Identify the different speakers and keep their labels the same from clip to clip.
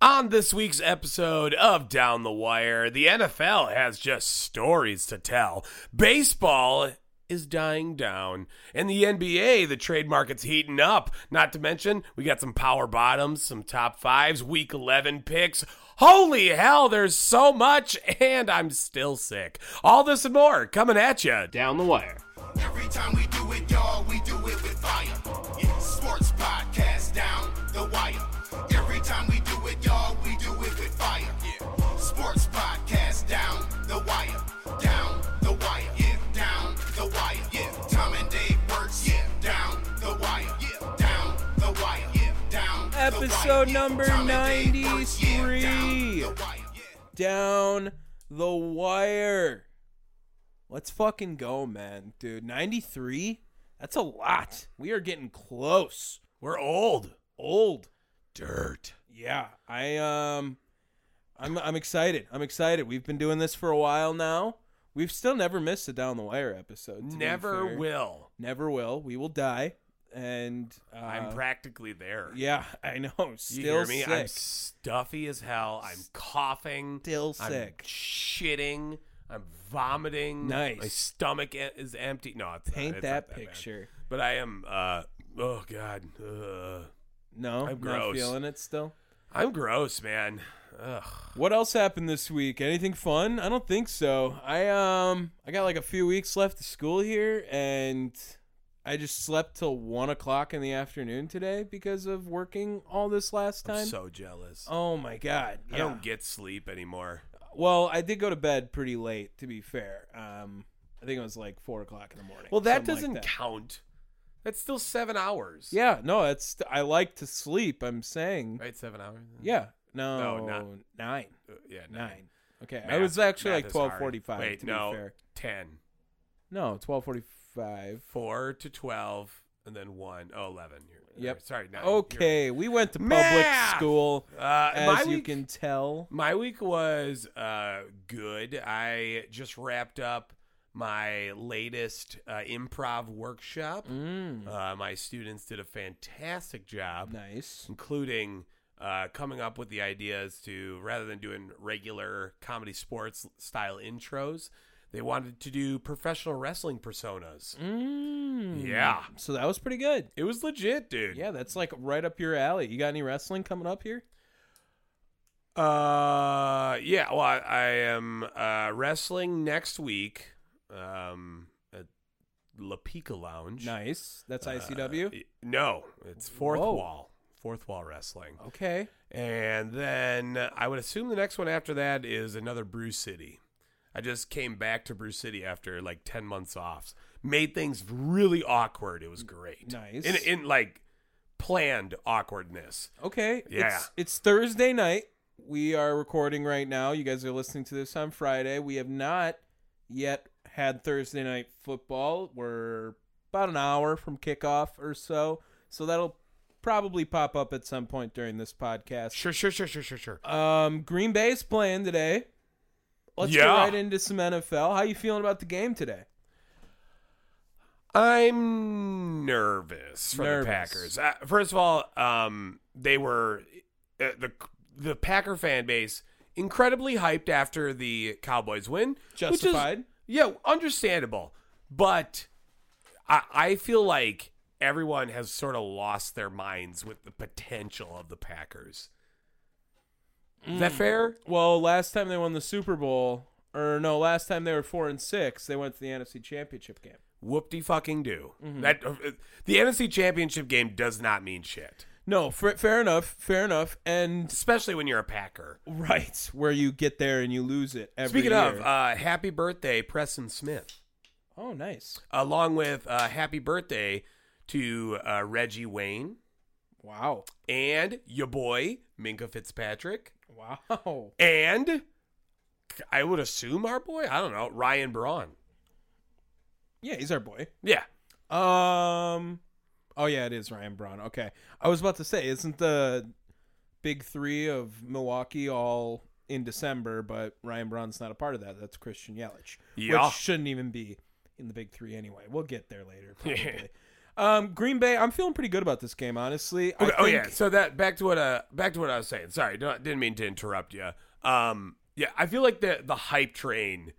Speaker 1: On this week's episode of Down the Wire, the NFL has just stories to tell. Baseball is dying down. And the NBA, the trade market's heating up. Not to mention, we got some power bottoms, some top fives, week 11 picks. Holy hell, there's so much, and I'm still sick. All this and more coming at you down the wire.
Speaker 2: Every time we do it, y'all, we do it with fire. Yeah, sports podcast down the wire. Every time we do it, y'all, we do it with fire. Yeah, sports podcast down the wire. Down the wire. Yeah, down the wire. Yeah, Tom and Dave works. Yeah, down the wire. Yeah, down the wire. Yeah, down.
Speaker 3: Episode number
Speaker 2: ninety-three.
Speaker 3: down the wire. Let's fucking go, man, dude. 93? That's a lot. We are getting close.
Speaker 1: We're old.
Speaker 3: Old.
Speaker 1: Dirt.
Speaker 3: Yeah. I um I'm I'm excited. I'm excited. We've been doing this for a while now. We've still never missed a down the wire episode. to be
Speaker 1: Never
Speaker 3: fair.
Speaker 1: will.
Speaker 3: Never will. We will die. And uh,
Speaker 1: I'm practically there.
Speaker 3: Yeah, I know. Still
Speaker 1: You hear me?
Speaker 3: sick.
Speaker 1: I'm stuffy as hell. I'm coughing.
Speaker 3: Still
Speaker 1: I'm
Speaker 3: sick.
Speaker 1: shitting. I'm vomiting.
Speaker 3: Nice.
Speaker 1: My stomach e- is empty. No, it's not-
Speaker 3: Paint
Speaker 1: it's not
Speaker 3: that
Speaker 1: bad.
Speaker 3: picture.
Speaker 1: But I am. Uh, oh God. Ugh.
Speaker 3: No,
Speaker 1: I'm
Speaker 3: I'm
Speaker 1: gross.
Speaker 3: not feeling it still.
Speaker 1: I'm gross, man. Ugh.
Speaker 3: What else happened this week? Anything fun? I don't think so. I um I got like a few weeks left of school here and I just slept till one o'clock in the afternoon today because of working all this last
Speaker 1: I'm
Speaker 3: time.
Speaker 1: so jealous.
Speaker 3: oh my god.
Speaker 1: I
Speaker 3: yeah.
Speaker 1: don't get sleep anymore.
Speaker 3: Well, I did go to bed pretty late, to be fair. Um I think it was like four o'clock in the morning.
Speaker 1: Well, that
Speaker 3: something like
Speaker 1: doesn't
Speaker 3: that.
Speaker 1: count. That's still seven hours.
Speaker 3: Yeah, no, that's I like to sleep, I'm saying.
Speaker 1: Right, seven hours.
Speaker 3: Yeah. No,
Speaker 1: No, not-
Speaker 3: nine.
Speaker 1: Uh, yeah,
Speaker 3: Nine. Okay. I
Speaker 1: Math-
Speaker 3: was actually
Speaker 1: math
Speaker 3: like
Speaker 1: is hard.
Speaker 3: twelve forty five
Speaker 1: Wait,
Speaker 3: to
Speaker 1: no,
Speaker 3: be fair.
Speaker 1: ten.
Speaker 3: No, twelve forty-five.
Speaker 1: Four to twelve, and then one. Oh, 11. You're,
Speaker 3: Yep.
Speaker 1: Sorry, nine. You're right.
Speaker 3: Okay, we went to public
Speaker 1: Math!
Speaker 3: school,
Speaker 1: Uh, my
Speaker 3: as you
Speaker 1: week-
Speaker 3: can tell.
Speaker 1: My week was uh, good. I just wrapped up my latest uh, improv workshop. Uh, my students did a fantastic job,
Speaker 3: Mm. Nice.
Speaker 1: including uh, coming up with the ideas to rather than doing regular comedy sports style intros, they wanted to do professional wrestling personas.
Speaker 3: Mm.
Speaker 1: Yeah.
Speaker 3: So that was pretty good.
Speaker 1: It was legit, dude.
Speaker 3: Yeah, that's like right up your alley. You got any wrestling coming up here?
Speaker 1: Uh, yeah. Well, I, I am uh, wrestling next week. Um, at La Pica Lounge.
Speaker 3: Nice. That's
Speaker 1: Uh,
Speaker 3: ICW.
Speaker 1: y- no, it's fourth
Speaker 3: Whoa.
Speaker 1: wall, fourth wall wrestling.
Speaker 3: Okay.
Speaker 1: And then uh, I would assume the next one after that is another Brew City. I just came back to Brew City after like ten months off. Made things really awkward. It was great.
Speaker 3: Nice.
Speaker 1: In in like planned awkwardness.
Speaker 3: Okay.
Speaker 1: Yeah.
Speaker 3: It's, it's Thursday night. We are recording right now. You guys are listening to this on Friday. We have not yet had Thursday night football. We're about an hour from kickoff or so. So that'll probably pop up at some point during this podcast.
Speaker 1: Sure, sure, sure, sure, sure, sure.
Speaker 3: Um, Green Bay's playing today. Let's go
Speaker 1: Yeah.
Speaker 3: right into some NFL. How you feeling about the game today?
Speaker 1: I'm nervous for
Speaker 3: Nervous.
Speaker 1: the Packers. Uh, first of all, um, they were uh, the the Packer fan base incredibly hyped after the Cowboys win, which is-
Speaker 3: Justified.
Speaker 1: yeah, understandable. But I, I feel like everyone has sort of lost their minds with the potential of the Packers. Is
Speaker 3: Mm.
Speaker 1: that fair?
Speaker 3: Well, last time they won the Super Bowl, or no, last time they were four and six, they went to the NFC Championship game.
Speaker 1: Whoop de fucking do.
Speaker 3: Mm-hmm.
Speaker 1: That uh, the NFC Championship game does not mean shit,
Speaker 3: No, fa- fair enough, fair enough, and
Speaker 1: especially when you're a Packer.
Speaker 3: right where you get there and you lose it every
Speaker 1: Speaking of,
Speaker 3: year.
Speaker 1: uh, happy birthday, Preston Smith,
Speaker 3: oh, nice,
Speaker 1: along with uh, happy birthday to uh, Reggie Wayne
Speaker 3: wow,
Speaker 1: and your boy Minka Fitzpatrick
Speaker 3: wow,
Speaker 1: and I would assume our boy, I don't know, Ryan Braun.
Speaker 3: yeah, he's our boy.
Speaker 1: Yeah,
Speaker 3: Um, oh yeah, it is Ryan Braun. Okay, I was about to say, isn't the big three of Milwaukee all in December? But Ryan Braun's not a part of that. That's Christian Yelich,
Speaker 1: Yeah.
Speaker 3: which shouldn't even be in the big three anyway. We'll get there later. Probably. um, Green Bay. I'm feeling pretty good about this game, honestly. I
Speaker 1: Okay, oh
Speaker 3: think-
Speaker 1: yeah. So that back to what uh back to what I was saying. Sorry, don't, didn't mean to interrupt you. Um, yeah, I feel like the the hype train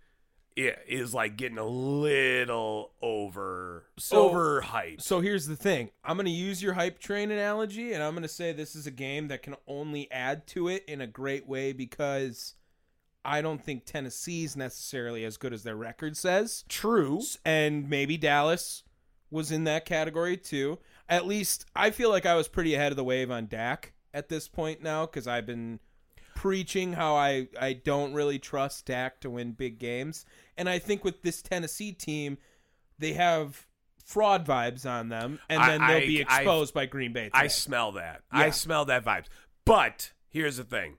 Speaker 1: i- is like getting a little over
Speaker 3: So-
Speaker 1: over hype.
Speaker 3: So here's the thing. I'm going to use your hype train analogy, and I'm going to say this is a game that can only add to it in a great way because I don't think Tennessee's necessarily as good as their record says.
Speaker 1: True.
Speaker 3: And maybe Dallas was in that category too. At least I feel like I was pretty ahead of the wave on Dak at this point now because I've been preaching how I, I don't really trust Dak to win big games. And I think with this Tennessee team, they have fraud vibes on them, and
Speaker 1: I-
Speaker 3: then they'll
Speaker 1: I-
Speaker 3: be
Speaker 1: I-
Speaker 3: exposed by Green Bay.
Speaker 1: I
Speaker 3: today.
Speaker 1: smell that.
Speaker 3: Yeah.
Speaker 1: I smell that vibes. But here's the thing.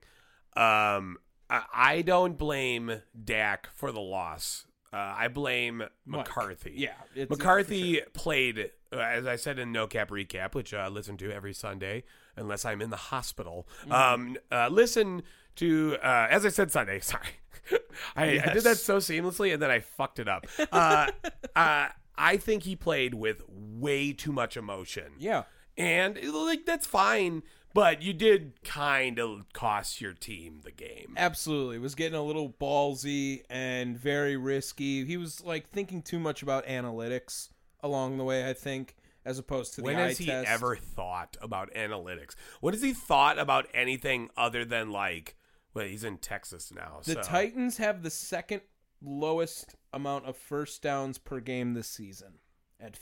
Speaker 1: Um, I, I don't blame Dak for the loss. Uh, I blame
Speaker 3: Mike.
Speaker 1: McCarthy.
Speaker 3: Yeah, it's-
Speaker 1: McCarthy played, uh, as I said in No Cap Recap, which uh, I listen to every Sunday, unless I'm in the hospital.
Speaker 3: Mm-hmm.
Speaker 1: Um, uh, listen to, uh, as I said Sunday, sorry. I, I did that so seamlessly and then I fucked it up. Uh, uh, I think he played with way too much emotion.
Speaker 3: yeah.
Speaker 1: And like that's fine, but you did kind of cost your team the game.
Speaker 3: Absolutely. Was getting a little ballsy and very risky. He was like thinking too much about analytics along the way, I think, as opposed to
Speaker 1: When
Speaker 3: the
Speaker 1: has
Speaker 3: eye
Speaker 1: he
Speaker 3: test.
Speaker 1: ever thought about analytics? What has he thought about anything other than like? Well, he's in Texas now.
Speaker 3: the
Speaker 1: so.
Speaker 3: Titans have the second lowest amount of first downs per game this season at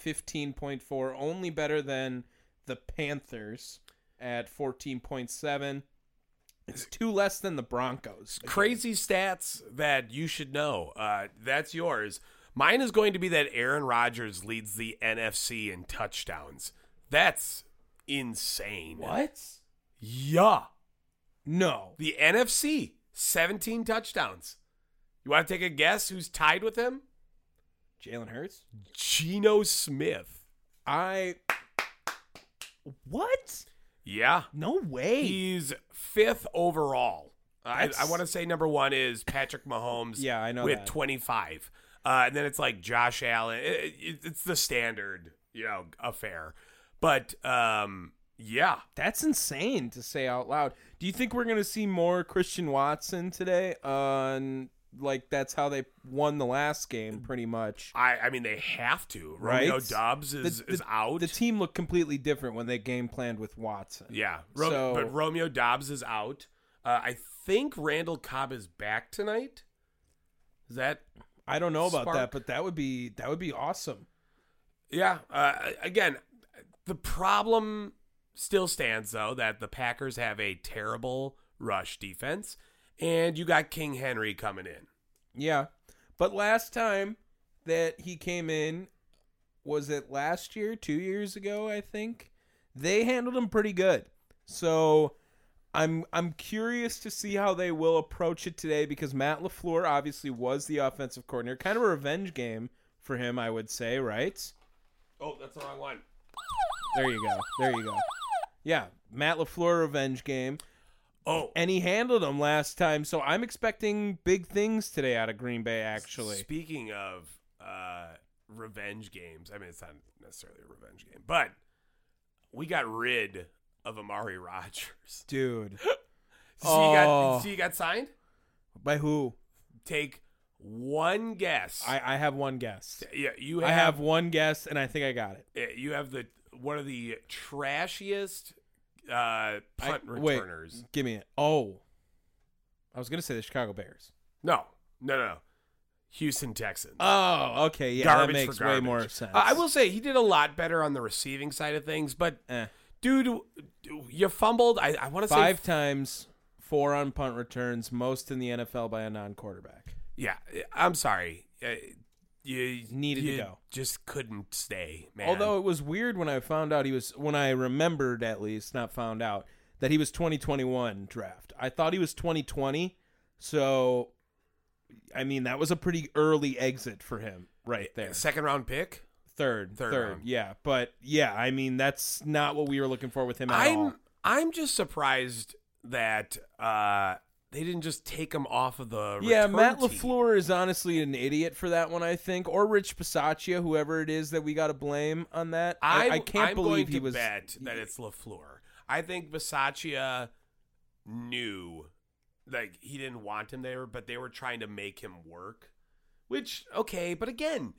Speaker 3: 15.4, only better than the Panthers at 14.7. It's two less than the Broncos.
Speaker 1: crazy stats that you should know. Uh, that's yours. Mine is going to be that Aaron Rodgers leads the NFC in touchdowns. That's insane.
Speaker 3: What?
Speaker 1: Yeah.
Speaker 3: No.
Speaker 1: The NFC, 17 touchdowns. You want to take a guess who's tied with him?
Speaker 3: Jalen Hurts?
Speaker 1: Geno Smith.
Speaker 3: I. What?
Speaker 1: Yeah.
Speaker 3: No way.
Speaker 1: He's fifth overall. I,
Speaker 3: That's-
Speaker 1: I want to say number one is Patrick Mahomes.
Speaker 3: Yeah, I know
Speaker 1: With
Speaker 3: that.
Speaker 1: 25. Uh, and then it's like Josh Allen. It- it- it's the standard, you know, affair. But um, yeah,
Speaker 3: That's insane to say out loud. Do you think we're gonna see more Christian Watson today? On like that's how they won the last game, pretty much.
Speaker 1: I, I mean, they have to.
Speaker 3: Right?
Speaker 1: Romeo Dobbs is,
Speaker 3: the, the-
Speaker 1: is out.
Speaker 3: The team looked completely different when they game planned with Watson.
Speaker 1: Yeah, Ro-
Speaker 3: So-
Speaker 1: but Romeo Dobbs is out. Uh, I think Randall Cobb is back tonight. Is that?
Speaker 3: I don't know about that,
Speaker 1: Spark.
Speaker 3: but that would be that would be awesome.
Speaker 1: Yeah. Uh, again, the problem still stands though that the Packers have a terrible rush defense, and you got King Henry coming in.
Speaker 3: Yeah, but last time that he came in was it last year, two years ago, I think. They handled him pretty good, so I'm I'm curious to see how they will approach it today because Matt Lafleur obviously was the offensive coordinator, kind of a revenge game for him, I would say, right?
Speaker 1: Oh, that's the wrong one.
Speaker 3: There you go, there you go. Yeah, Matt Lafleur revenge game,
Speaker 1: Oh,
Speaker 3: and he handled him last time. So I'm expecting big things today out of Green Bay. Actually,
Speaker 1: Speaking of uh, revenge games, I mean, it's not necessarily a revenge game, but we got rid of Amari Rogers.
Speaker 3: dude,
Speaker 1: So, you, got,
Speaker 3: Oh.
Speaker 1: so you got signed?
Speaker 3: by who?
Speaker 1: Take one guess.
Speaker 3: I, I have one guess.
Speaker 1: yeah, you
Speaker 3: I
Speaker 1: have,
Speaker 3: have one guess, and I think I got it.
Speaker 1: yeah, you have the one of the trashiest uh,
Speaker 3: I-
Speaker 1: punt
Speaker 3: wait,
Speaker 1: returners.
Speaker 3: give me it. Oh, I was gonna say the Chicago Bears.
Speaker 1: No, no, no, no. Houston Texans.
Speaker 3: Oh, okay, yeah,
Speaker 1: garbage
Speaker 3: that makes
Speaker 1: for garbage.
Speaker 3: way more sense.
Speaker 1: Uh, I will say he did a lot better on the receiving side of things, but
Speaker 3: Eh.
Speaker 1: dude, w- you fumbled. I, I want to say
Speaker 3: five times, four on punt returns, most in the NFL by a non-quarterback.
Speaker 1: Yeah, I'm sorry. Uh, you
Speaker 3: Needed to
Speaker 1: you
Speaker 3: go.
Speaker 1: Just couldn't stay, man.
Speaker 3: Although it was weird when I found out he was, when I remembered at least, not found out that he was 2021 draft. I thought he was 2020, so I mean that was a pretty early exit for him right there.
Speaker 1: second round pick.
Speaker 3: Third,
Speaker 1: Third
Speaker 3: third,
Speaker 1: round.
Speaker 3: yeah, but yeah, I mean that's not what we were looking for with him at
Speaker 1: I'm
Speaker 3: all.
Speaker 1: I'm just surprised that uh, they didn't just take him off of the
Speaker 3: Yeah,
Speaker 1: return
Speaker 3: Matt
Speaker 1: team.
Speaker 3: LaFleur is honestly an idiot for that one, I think, or Rich Pisaccia, whoever it is that we got to blame on that. I,
Speaker 1: I'm-
Speaker 3: I can't
Speaker 1: I'm going
Speaker 3: believe he
Speaker 1: to
Speaker 3: was.
Speaker 1: bet that it's Lafleur. I think Bisaccia knew, like he didn't want him there, but they were trying to make him work. Which okay, but again,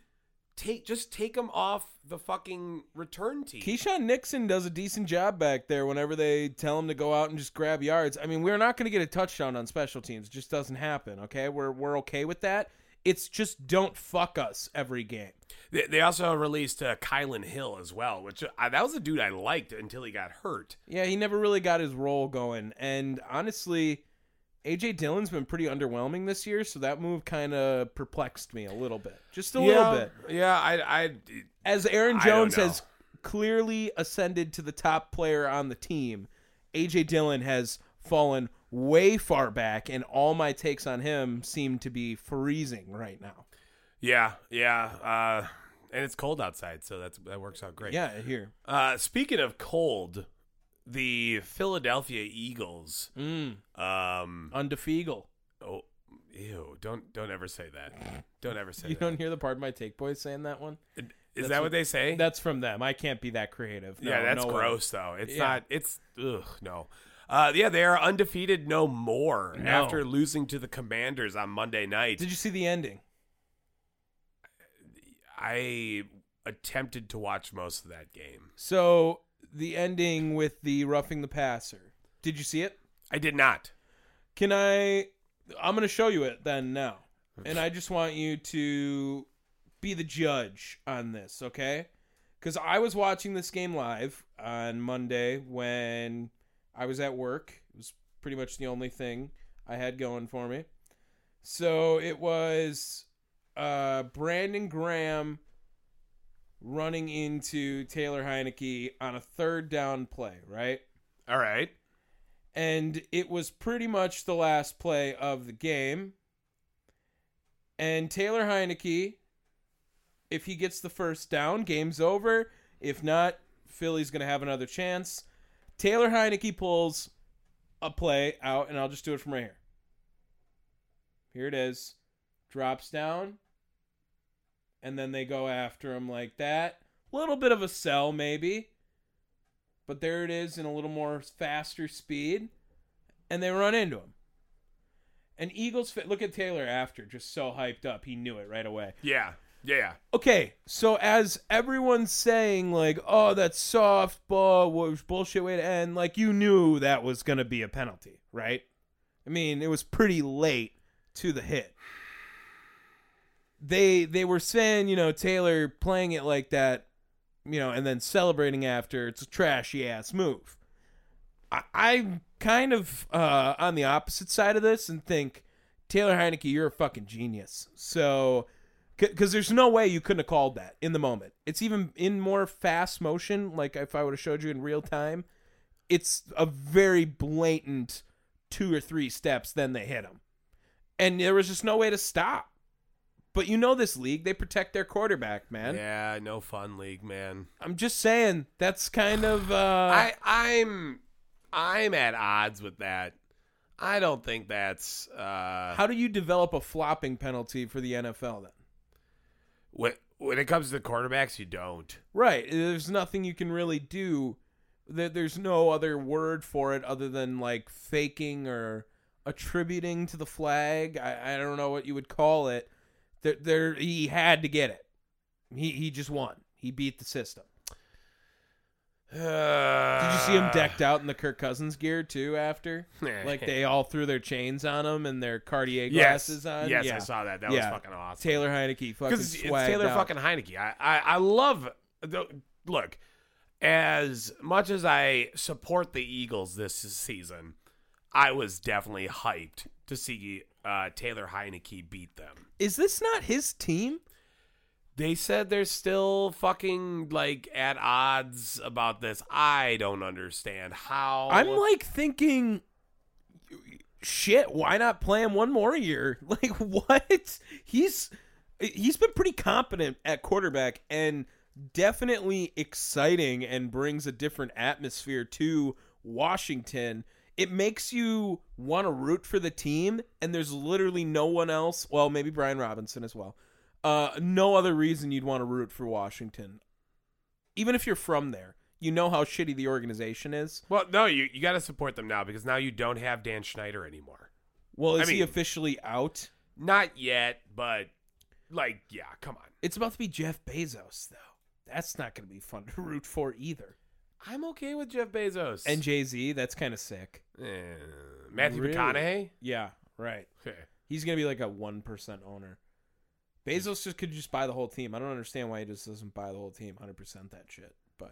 Speaker 1: take just take him off the fucking return team.
Speaker 3: Keyshawn Nixon does a decent job back there whenever they tell him to go out and just grab yards. I mean, we're not going to get a touchdown on special teams. It just doesn't happen, okay? We're, we're okay with that. It's just don't fuck us every game.
Speaker 1: They, they also released uh, Kylan Hill as well, which uh, that was a dude I liked until he got hurt.
Speaker 3: Yeah, he never really got his role going. And honestly, AJ Dillon's been pretty underwhelming this year, so that move kind of perplexed me a little bit. Just a little bit.
Speaker 1: Yeah, I, I,
Speaker 3: as
Speaker 1: I
Speaker 3: Aaron
Speaker 1: don't
Speaker 3: Jones
Speaker 1: know.
Speaker 3: has clearly ascended to the top player on the team, AJ Dillon has fallen way far back, and all my takes on him seem to be freezing right now.
Speaker 1: yeah, yeah. Uh, and it's cold outside, so that's that works out great.
Speaker 3: Yeah, here.
Speaker 1: Uh, speaking of cold, the Philadelphia Eagles.
Speaker 3: Mm,
Speaker 1: Um.
Speaker 3: undefeagle.
Speaker 1: Oh, ew! Don't don't ever say that. Don't ever say
Speaker 3: You
Speaker 1: that. uh,
Speaker 3: don't hear the part of my take boys saying that one?
Speaker 1: Is
Speaker 3: that's
Speaker 1: that what,
Speaker 3: what-
Speaker 1: they say?
Speaker 3: That's from them. I can't be that creative. No,
Speaker 1: Eh. yeah, that's
Speaker 3: no way.
Speaker 1: gross though. It's
Speaker 3: Yeah.
Speaker 1: not. It's ugh. No. Uh, yeah, they are undefeated no more
Speaker 3: No.
Speaker 1: after losing to the Commanders on Monday night.
Speaker 3: Did you see the ending?
Speaker 1: I attempted to watch most of that game.
Speaker 3: So the ending with the roughing the passer. Did you see it?
Speaker 1: I did not.
Speaker 3: Can I? I'm going to show you it then now. And I just want you to be the judge on this, okay? Because I was watching this game live on Monday when I was at work. It was pretty much the only thing I had going for me. So it was uh, Brandon Graham running into Taylor Heineke on a third down play, right?
Speaker 1: All right.
Speaker 3: and it was pretty much the last play of the game. And Taylor Heineke, if he gets the first down, game's over. If not, Philly's going to have another chance. Taylor Heineke pulls a play out, and I'll just do it from right here. Here it is. Drops down, and then they go after him like that. Little bit of a sell, maybe but there it is in a little more faster speed, and they run into him. And Eagles fit. Look at Taylor after, just so hyped up. He knew it right away.
Speaker 1: Yeah. Yeah.
Speaker 3: Okay, so as everyone's saying, like, oh, that softball was bullshit way to end, like, you knew that was going to be a penalty, right? I mean, it was pretty late to the hit. They they were saying, you know, Taylor playing it like that, you know, and then celebrating after. It's a trashy ass move. I, I'm kind of uh, on the opposite side of this and think Taylor Heineke, you're a fucking genius. So, because there's no way you couldn't have called that in the moment. It's even in more fast motion. Like if I would have showed you in real time, it's a very blatant two or three steps. Then they hit him, and there was just no way to stop But you know this league, they protect their quarterback, man.
Speaker 1: Yeah, no fun league, man.
Speaker 3: I'm just saying that's kind of uh
Speaker 1: I I'm I'm at odds with that. I don't think that's uh
Speaker 3: how do you develop a flopping penalty for the NFL then?
Speaker 1: when when it comes to the quarterbacks, you don't.
Speaker 3: Right. There's nothing you can really do. There- There's no other word for it other than like faking or attributing to the flag. I, I don't know what you would call it. There, there he had to get it. He he just won. He beat the system. Did you see
Speaker 1: Ah.
Speaker 3: him decked out in the Kirk Cousins gear too? After like they all threw their chains on him and their Cartier
Speaker 1: Yes.
Speaker 3: glasses on.
Speaker 1: Yes, I
Speaker 3: Yeah.
Speaker 1: saw that. That was fucking awesome.
Speaker 3: Taylor Heineke fucking
Speaker 1: because it's, it's
Speaker 3: swagged
Speaker 1: Taylor
Speaker 3: out.
Speaker 1: fucking Heineke. I, I I love the look. As much as I support the Eagles this season, I was definitely hyped to see uh, Taylor Heineke beat them.
Speaker 3: Is this not his team?
Speaker 1: They said they're still fucking like at odds about this. I don't understand how.
Speaker 3: I'm like thinking, shit. Why not play him one more year? Like what? He's he's been pretty competent at quarterback and definitely exciting and brings a different atmosphere to Washington. It makes you want to root for the team, and there's literally no one else. Well, maybe Brian Robinson as well. Uh, no other reason you'd want to root for Washington, even if you're from there. You know how shitty the organization is.
Speaker 1: well, no, you you got to support them now because now you don't have Dan Schneider anymore.
Speaker 3: Well,
Speaker 1: I
Speaker 3: is he
Speaker 1: mean-
Speaker 3: officially out?
Speaker 1: Not yet, but like, yeah, come on.
Speaker 3: It's about to be Jeff Bezos, though. That's not going to be fun to root for either.
Speaker 1: I'm okay with Jeff Bezos
Speaker 3: And Jay Z, that's kind of sick.
Speaker 1: Uh, Matthew
Speaker 3: Really?
Speaker 1: McConaughey.
Speaker 3: Yeah, right.
Speaker 1: Okay.
Speaker 3: He's going to be like a one percent owner. Bezos just could just buy the whole team. I don't understand why he just doesn't buy the whole team, hundred percent that shit. But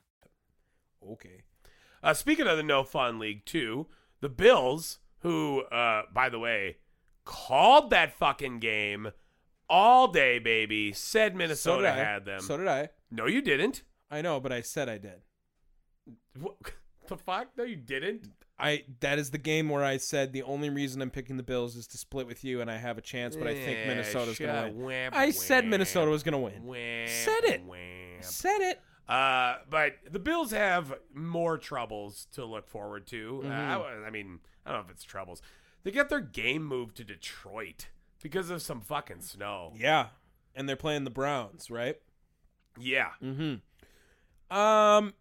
Speaker 3: okay,
Speaker 1: Uh, speaking of the No Fun League, too, the Bills, who, uh, by the way, called that fucking game all day, baby, said Minnesota
Speaker 3: did I.
Speaker 1: had them.
Speaker 3: So did I.
Speaker 1: no, you didn't.
Speaker 3: I know, but I said I did.
Speaker 1: What the fuck? No, you didn't.
Speaker 3: I that is the game where I said the only reason I'm picking the Bills is to split with you, and I have a chance, but I think
Speaker 1: Yeah,
Speaker 3: Minnesota's
Speaker 1: shut
Speaker 3: gonna
Speaker 1: up.
Speaker 3: win.
Speaker 1: Wimp,
Speaker 3: I said
Speaker 1: wimp,
Speaker 3: Minnesota was gonna win.
Speaker 1: wimp,
Speaker 3: said it.
Speaker 1: wimp.
Speaker 3: Said it.
Speaker 1: Uh, but the Bills have more troubles to look forward to. Uh,
Speaker 3: Mm-hmm.
Speaker 1: I, I mean, I don't know if it's troubles. They got their game moved to Detroit because of some fucking snow.
Speaker 3: Yeah, and they're playing the Browns, right?
Speaker 1: Yeah.
Speaker 3: Mm-hmm. Um,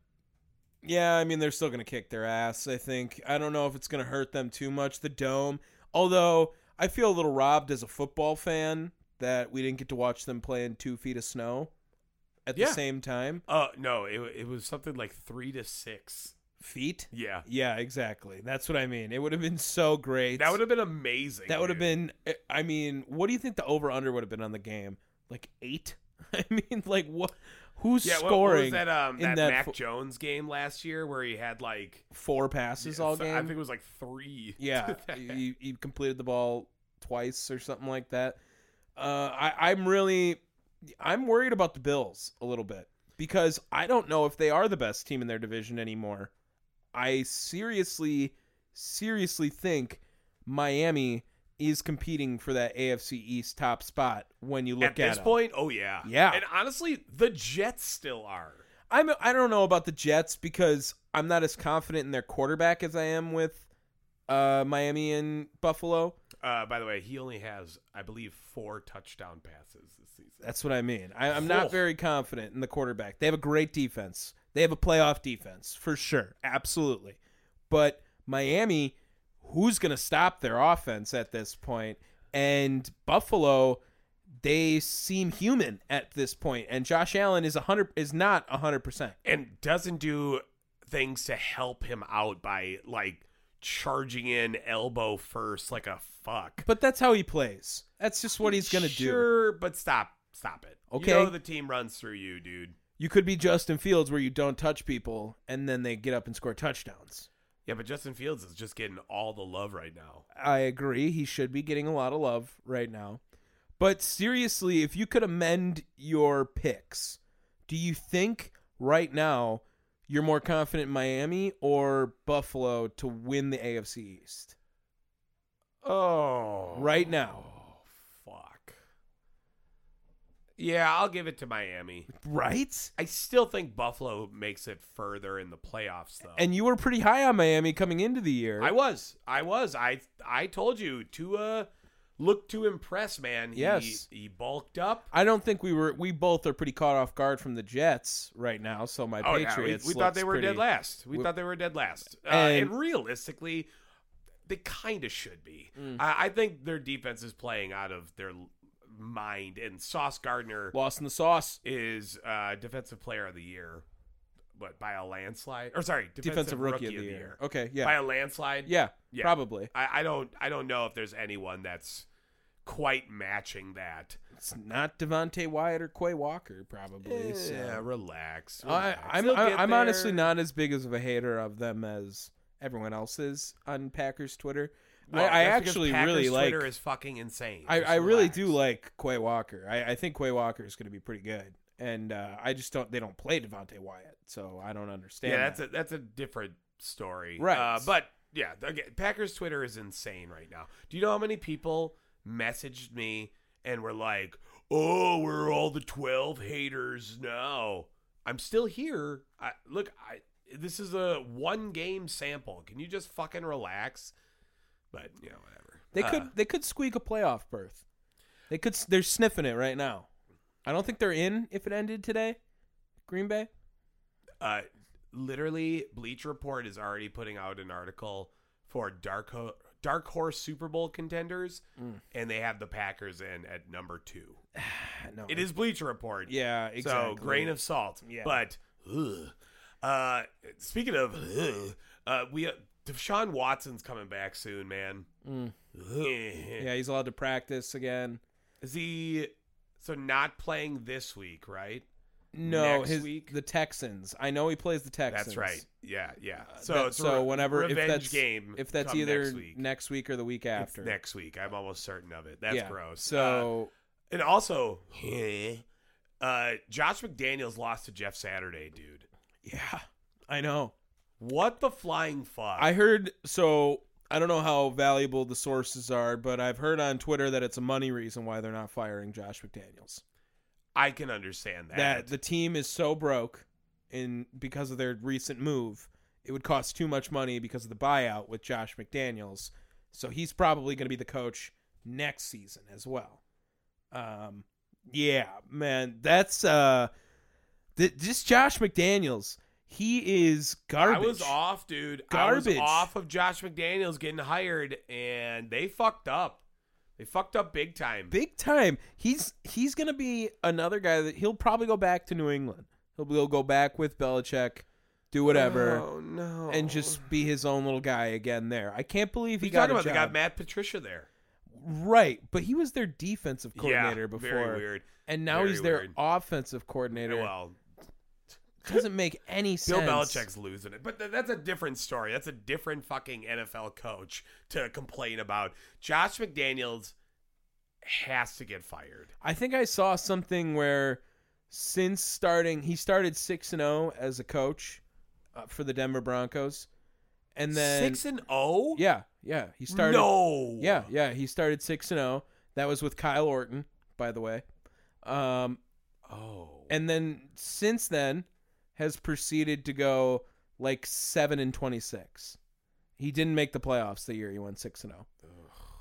Speaker 3: yeah, I mean they're still gonna kick their ass. I think. I don't know if it's gonna hurt them too much. The dome, although I feel a little robbed as a football fan that we didn't get to watch them play in two feet of snow at
Speaker 1: Yeah.
Speaker 3: the same time?
Speaker 1: Uh, no, it, it was something like three to six.
Speaker 3: Feet?
Speaker 1: Yeah.
Speaker 3: Yeah, exactly. That's what I mean. It would have been so great.
Speaker 1: That would have been amazing.
Speaker 3: That would have
Speaker 1: dude.
Speaker 3: been. eh, I mean, what do you think the over under would have been on the game? Like eight? I mean, like what? Who's
Speaker 1: Yeah, what-
Speaker 3: scoring
Speaker 1: what was that um
Speaker 3: in
Speaker 1: that, Mac
Speaker 3: fo-
Speaker 1: Jones game last year where he had like
Speaker 3: four passes all
Speaker 1: th-
Speaker 3: game?
Speaker 1: I think it was like three.
Speaker 3: yeah, he, he completed the ball twice or something like that. Uh, I, I'm really, I'm worried about the Bills a little bit because I don't know if they are the best team in their division anymore. I seriously, seriously think Miami is competing for that AFC East top spot when you look at,
Speaker 1: at this
Speaker 3: them.
Speaker 1: point, oh yeah,
Speaker 3: Yeah.
Speaker 1: And honestly, the Jets still are.
Speaker 3: I'm I don't know about the Jets because I'm not as confident in their quarterback as I am with uh, Miami and Buffalo.
Speaker 1: Uh, by the way, he only has, I believe, four touchdown passes this season.
Speaker 3: That's what I mean. I, I'm
Speaker 1: Cool.
Speaker 3: not very confident in the quarterback. They have a great defense. They have a playoff defense for sure, absolutely. But Miami, who's going to stop their offense at this point? And Buffalo, they seem human at this point. And Josh Allen is a hundred is not a hundred percent.
Speaker 1: and doesn't do things to help him out by like charging in elbow first like a fuck.
Speaker 3: But that's how he plays. That's just what he's going to do.
Speaker 1: Sure, but stop, stop it.
Speaker 3: Okay.
Speaker 1: you know the team runs through you, dude.
Speaker 3: You could be Justin Fields where you don't touch people and then they get up and score touchdowns.
Speaker 1: Yeah, but Justin Fields is just getting all the love right now.
Speaker 3: I agree. He should be getting a lot of love right now. But seriously, if you could amend your picks, do you think right now you're more confident in Miami or Buffalo to win the AFC East?
Speaker 1: Oh,
Speaker 3: Right now.
Speaker 1: fuck. Yeah, I'll give it to Miami.
Speaker 3: Right?
Speaker 1: I still think Buffalo makes it further in the playoffs, though.
Speaker 3: And you were pretty high on Miami coming into the year.
Speaker 1: I was, I was, I, I told you Tua looked to impress, man. He-
Speaker 3: Yes.
Speaker 1: he, bulked up.
Speaker 3: I don't think we were we both are pretty caught off guard from the Jets right now, so my
Speaker 1: oh yeah, we,
Speaker 3: Patriots.
Speaker 1: we thought
Speaker 3: looks
Speaker 1: they were dead
Speaker 3: pretty-
Speaker 1: last. We,
Speaker 3: we-
Speaker 1: thought they were dead last, uh, and,
Speaker 3: And-
Speaker 1: realistically, they kind of should be.
Speaker 3: Mm.
Speaker 1: I, I think their defense is playing out of their l- mind, and Sauce Gardner
Speaker 3: Lost in the sauce.
Speaker 1: is uh, defensive player of the year, but by a landslide. Or sorry, defensive,
Speaker 3: Defensive
Speaker 1: rookie, of the year.
Speaker 3: Okay, yeah.
Speaker 1: by a landslide.
Speaker 3: Yeah,
Speaker 1: Yeah.
Speaker 3: probably.
Speaker 1: I, I don't. I don't know if there's anyone that's quite matching that.
Speaker 3: It's not Devonte Wyatt or Quay Walker, probably. so.
Speaker 1: Eh, Yeah, relax.
Speaker 3: uh, I,
Speaker 1: relax.
Speaker 3: I'm
Speaker 1: They'll
Speaker 3: I,
Speaker 1: get
Speaker 3: I'm honestly
Speaker 1: there.
Speaker 3: not as big as of a hater of them as everyone else is on Packers Twitter.
Speaker 1: Well,
Speaker 3: I, I
Speaker 1: that's because
Speaker 3: actually
Speaker 1: Packers
Speaker 3: really like.
Speaker 1: Twitter is fucking insane.
Speaker 3: I,
Speaker 1: Just
Speaker 3: I really
Speaker 1: relax.
Speaker 3: do like Quay Walker. I, I think Quay Walker is going to be pretty good, and uh, I just don't. They don't play Devonte Wyatt, so I don't understand.
Speaker 1: Yeah, that's
Speaker 3: that.
Speaker 1: a that's a different story.
Speaker 3: Right.
Speaker 1: Uh, but yeah, again, Packers Twitter is insane right now. Do you know how many people messaged me and were like, "Oh, we're all the twelve haters now." I'm still here. I, look, I this is a one game sample. Can you just fucking relax? But you know, whatever.
Speaker 3: They
Speaker 1: Uh,
Speaker 3: could they could squeak a playoff berth. They could. s- They're sniffing it right now. I don't think they're in if it ended today. Green Bay.
Speaker 1: Uh, literally, Bleach Report is already putting out an article for dark ho- dark horse Super Bowl contenders,
Speaker 3: Mm.
Speaker 1: and they have the Packers in at number two.
Speaker 3: Ah, No,
Speaker 1: It is Bleacher Report,
Speaker 3: Oh, Yeah, exactly.
Speaker 1: So grain of salt,
Speaker 3: Yeah.
Speaker 1: But ugh. uh, speaking of, ugh, uh, we uh, Deshaun Watson's coming back soon, man. Ugh.
Speaker 3: Mm. Yeah, he's allowed to practice again.
Speaker 1: Is he so not playing this week? Right.
Speaker 3: No,
Speaker 1: Next
Speaker 3: his
Speaker 1: week?
Speaker 3: the Texans. I know he plays the Texans. Uh,
Speaker 1: That's right. Yeah, yeah. Uh, So
Speaker 3: That-
Speaker 1: it's a
Speaker 3: so
Speaker 1: re-
Speaker 3: whenever if
Speaker 1: revenge
Speaker 3: that's
Speaker 1: game,
Speaker 3: if that's
Speaker 1: come
Speaker 3: either
Speaker 1: next week.
Speaker 3: or the week
Speaker 1: It's
Speaker 3: after.
Speaker 1: next week. I'm almost certain of it. That's
Speaker 3: Yeah.
Speaker 1: gross. Uh,
Speaker 3: So
Speaker 1: and also, uh, Josh McDaniels lost to Jeff Saturday, dude.
Speaker 3: yeah, I know.
Speaker 1: What the flying fuck?
Speaker 3: I heard so I don't know how valuable the sources are, but I've heard on Twitter that it's a money reason why they're not firing Josh McDaniels.
Speaker 1: I can understand that.
Speaker 3: That the team is so broke in because of their recent move, it would cost too much money because of the buyout with Josh McDaniels. So he's probably going to be the coach next season as well. Um, yeah, man, that's uh, th- just Josh McDaniels. He is garbage.
Speaker 1: I was off, dude. I was
Speaker 3: Garbage.
Speaker 1: off of Josh McDaniels getting hired, and they fucked up. They fucked up big time.
Speaker 3: big time. He's he's gonna be another guy that he'll probably go back to New England. He'll, he'll go back with Belichick, do whatever,
Speaker 1: Oh no.
Speaker 3: and just be his own little guy again there. I can't believe
Speaker 1: What are
Speaker 3: he
Speaker 1: you
Speaker 3: got
Speaker 1: talking
Speaker 3: a
Speaker 1: about? They got
Speaker 3: job.
Speaker 1: Matt Patricia there.
Speaker 3: right, but he was their defensive coordinator
Speaker 1: yeah,
Speaker 3: before,
Speaker 1: Very weird.
Speaker 3: and now
Speaker 1: Very
Speaker 3: he's their
Speaker 1: weird.
Speaker 3: offensive coordinator.
Speaker 1: Well,
Speaker 3: Doesn't make any
Speaker 1: Bill
Speaker 3: sense.
Speaker 1: Belichick's losing it, but th- that's a different story. That's a different fucking NFL coach to complain about. Josh McDaniels has to get fired.
Speaker 3: I think I saw something where since starting, he started six and zero as a coach uh, for the Denver Broncos, and then
Speaker 1: six and zero.
Speaker 3: yeah, yeah, he started.
Speaker 1: No.
Speaker 3: Yeah, yeah, he started six and zero. That was with Kyle Orton, by the way. Um,
Speaker 1: Oh.
Speaker 3: and then since then has proceeded to go like seven and twenty six. He didn't make the playoffs the year he went six and zero.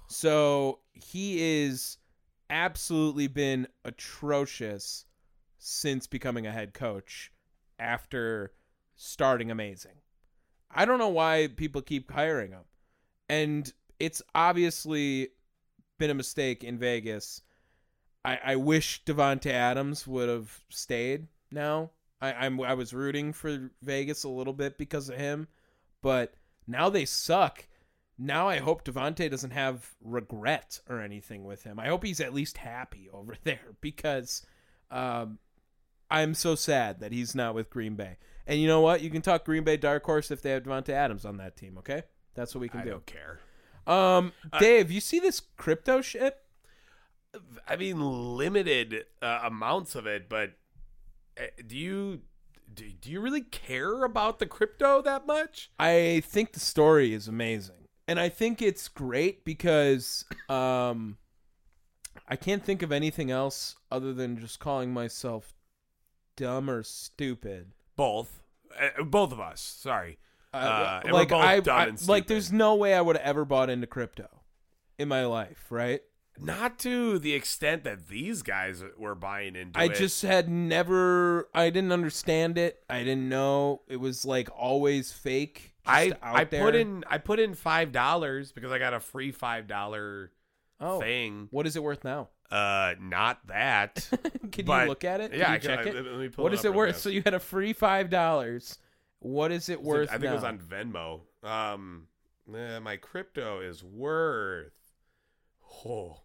Speaker 3: So he is absolutely been atrocious since becoming a head coach after starting amazing. I don't know why people keep hiring him. And it's obviously been a mistake in Vegas. I, I wish Devonte Adams would have stayed now. I, I'm I was rooting for Vegas a little bit because of him, but now they suck. Now I hope Devonte doesn't have regret or anything with him. I hope he's at least happy over there because um, I'm so sad that he's not with Green Bay. And you know what? You can talk Green Bay dark horse if they have Devonte Adams on that team. Okay, that's what we can
Speaker 1: I
Speaker 3: do.
Speaker 1: don't care.
Speaker 3: Um, Dave, you see this crypto shit?
Speaker 1: I mean, limited uh, amounts of it, but uh, do you do, do you really care about the crypto that much?
Speaker 3: I think the story is amazing. And I think it's great because um I can't think of anything else other than just calling myself dumb or stupid.
Speaker 1: Both, uh, both of us. Sorry, uh, and we're both
Speaker 3: I,
Speaker 1: dumb
Speaker 3: I-
Speaker 1: and stupid.
Speaker 3: like there's no way I would have ever bought into crypto in my life, right?
Speaker 1: not to the extent that these guys were buying into.
Speaker 3: I
Speaker 1: it.
Speaker 3: just had never I didn't understand it. I didn't know it was like always fake. just
Speaker 1: I
Speaker 3: out
Speaker 1: I
Speaker 3: there.
Speaker 1: put in I put in five dollars because I got a free five dollar
Speaker 3: oh,
Speaker 1: thing.
Speaker 3: What is it worth now?
Speaker 1: Uh, not that.
Speaker 3: Can
Speaker 1: But-
Speaker 3: you look at it? Can
Speaker 1: yeah,
Speaker 3: you
Speaker 1: I can-
Speaker 3: check
Speaker 1: I-
Speaker 3: it.
Speaker 1: let me pull
Speaker 3: what
Speaker 1: it
Speaker 3: is
Speaker 1: up
Speaker 3: it
Speaker 1: real
Speaker 3: worth?
Speaker 1: fast.
Speaker 3: So you had a free five dollars. What is it worth?
Speaker 1: I think it was
Speaker 3: now?
Speaker 1: on Venmo. Um, eh, my crypto is worth oh,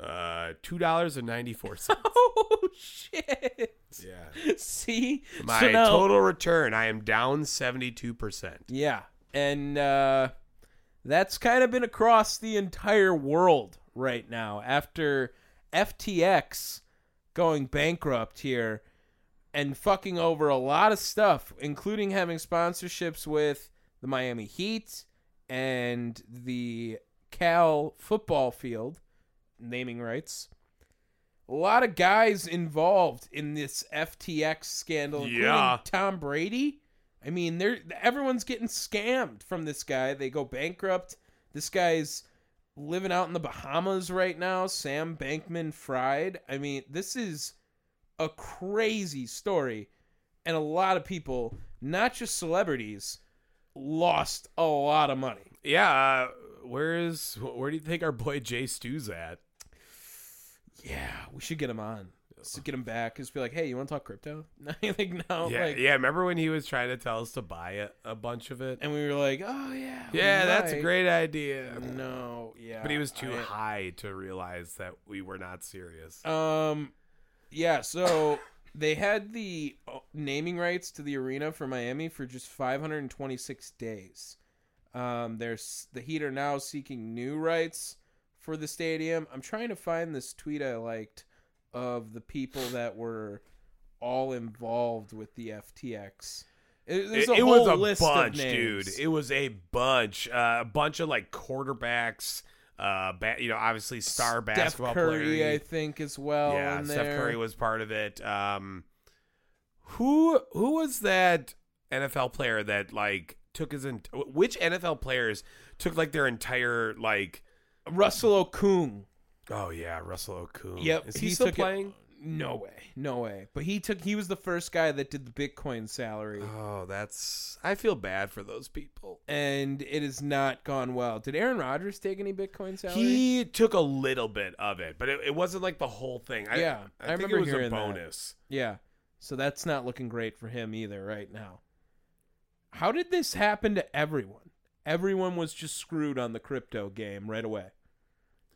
Speaker 1: uh, two dollars and ninety four cents.
Speaker 3: Oh shit!
Speaker 1: yeah,
Speaker 3: See,
Speaker 1: my
Speaker 3: So now-
Speaker 1: total return. I am down seventy two percent.
Speaker 3: Yeah, and uh, that's kind of been across the entire world right now after FTX going bankrupt here and fucking over a lot of stuff, including having sponsorships with the Miami Heat and the Cal football field, naming rights. A lot of guys involved in this FTX scandal, including
Speaker 1: Yeah.
Speaker 3: Tom Brady. I mean, they're everyone's getting scammed from this guy. They go bankrupt. This guy's living out in the Bahamas right now. Sam Bankman fried. I mean, this is a crazy story, and a lot of people, not just celebrities, lost a lot of money.
Speaker 1: Yeah, uh, where is where do you think our boy Jay Stu's at?
Speaker 3: Yeah, we should get him on. Let's get him back. Just be like, hey, you want to talk crypto? like, no,
Speaker 1: yeah,
Speaker 3: Oh, like,
Speaker 1: yeah. Remember when he was trying to tell us to buy a, a bunch of it?
Speaker 3: And we were like, oh yeah, we
Speaker 1: yeah, that's a
Speaker 3: might."
Speaker 1: great idea.
Speaker 3: No, yeah,
Speaker 1: But he was too
Speaker 3: I-
Speaker 1: high to realize that we were not serious.
Speaker 3: Um, yeah. So they had the uh, naming rights to the arena for Miami for just 526 days. Um, there's the Heat are now seeking new rights for the stadium. I'm trying to find this tweet I liked of the people that were all involved with the FTX. It, there's a
Speaker 1: it, it
Speaker 3: whole
Speaker 1: was a
Speaker 3: list
Speaker 1: bunch,
Speaker 3: of names.
Speaker 1: dude. It was a bunch, uh, a bunch of like quarterbacks. Uh, ba- you know, obviously star basketball
Speaker 3: Steph Curry,
Speaker 1: player.
Speaker 3: I think, as well.
Speaker 1: yeah,
Speaker 3: in
Speaker 1: Steph
Speaker 3: there.
Speaker 1: Curry was part of it. Um, who who was that NFL player that like took his ent- which NFL players took like their entire like
Speaker 3: Russell Okung.
Speaker 1: oh yeah Russell Okung
Speaker 3: Yep,
Speaker 1: is he,
Speaker 3: he
Speaker 1: still
Speaker 3: took it-
Speaker 1: playing
Speaker 3: No way, no way. But he took. He was the first guy that did the Bitcoin salary,
Speaker 1: Oh, that's. I feel bad for those people.
Speaker 3: and it has not gone well. Did Aaron Rodgers take any Bitcoin salary?
Speaker 1: He took a little bit of it, but it, it wasn't like the whole thing. I,
Speaker 3: Yeah,
Speaker 1: I,
Speaker 3: I
Speaker 1: think
Speaker 3: remember
Speaker 1: it was a
Speaker 3: hearing that.
Speaker 1: bonus.
Speaker 3: yeah. So that's not looking great for him either right now. How did this happen to everyone? Everyone was just screwed on the crypto game right away.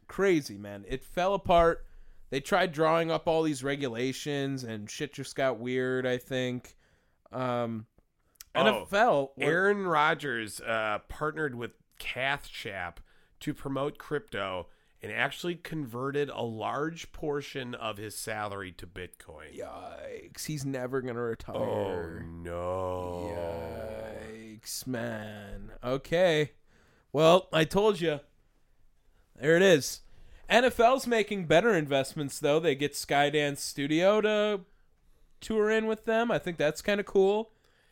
Speaker 3: Crazy, man. It fell apart. They tried drawing up all these regulations and shit just got weird, I think. Um
Speaker 1: Oh,
Speaker 3: NFL
Speaker 1: Aaron Rodgers uh, partnered with Cath Chap to promote crypto and actually converted a large portion of his salary to Bitcoin.
Speaker 3: Yikes, he's never gonna
Speaker 1: Oh
Speaker 3: retire.
Speaker 1: no.
Speaker 3: Yikes, man. Okay. Well, I told you. There it is. NFL's making better investments though. They get Skydance Studio to tour in with them. I think that's kind of cool.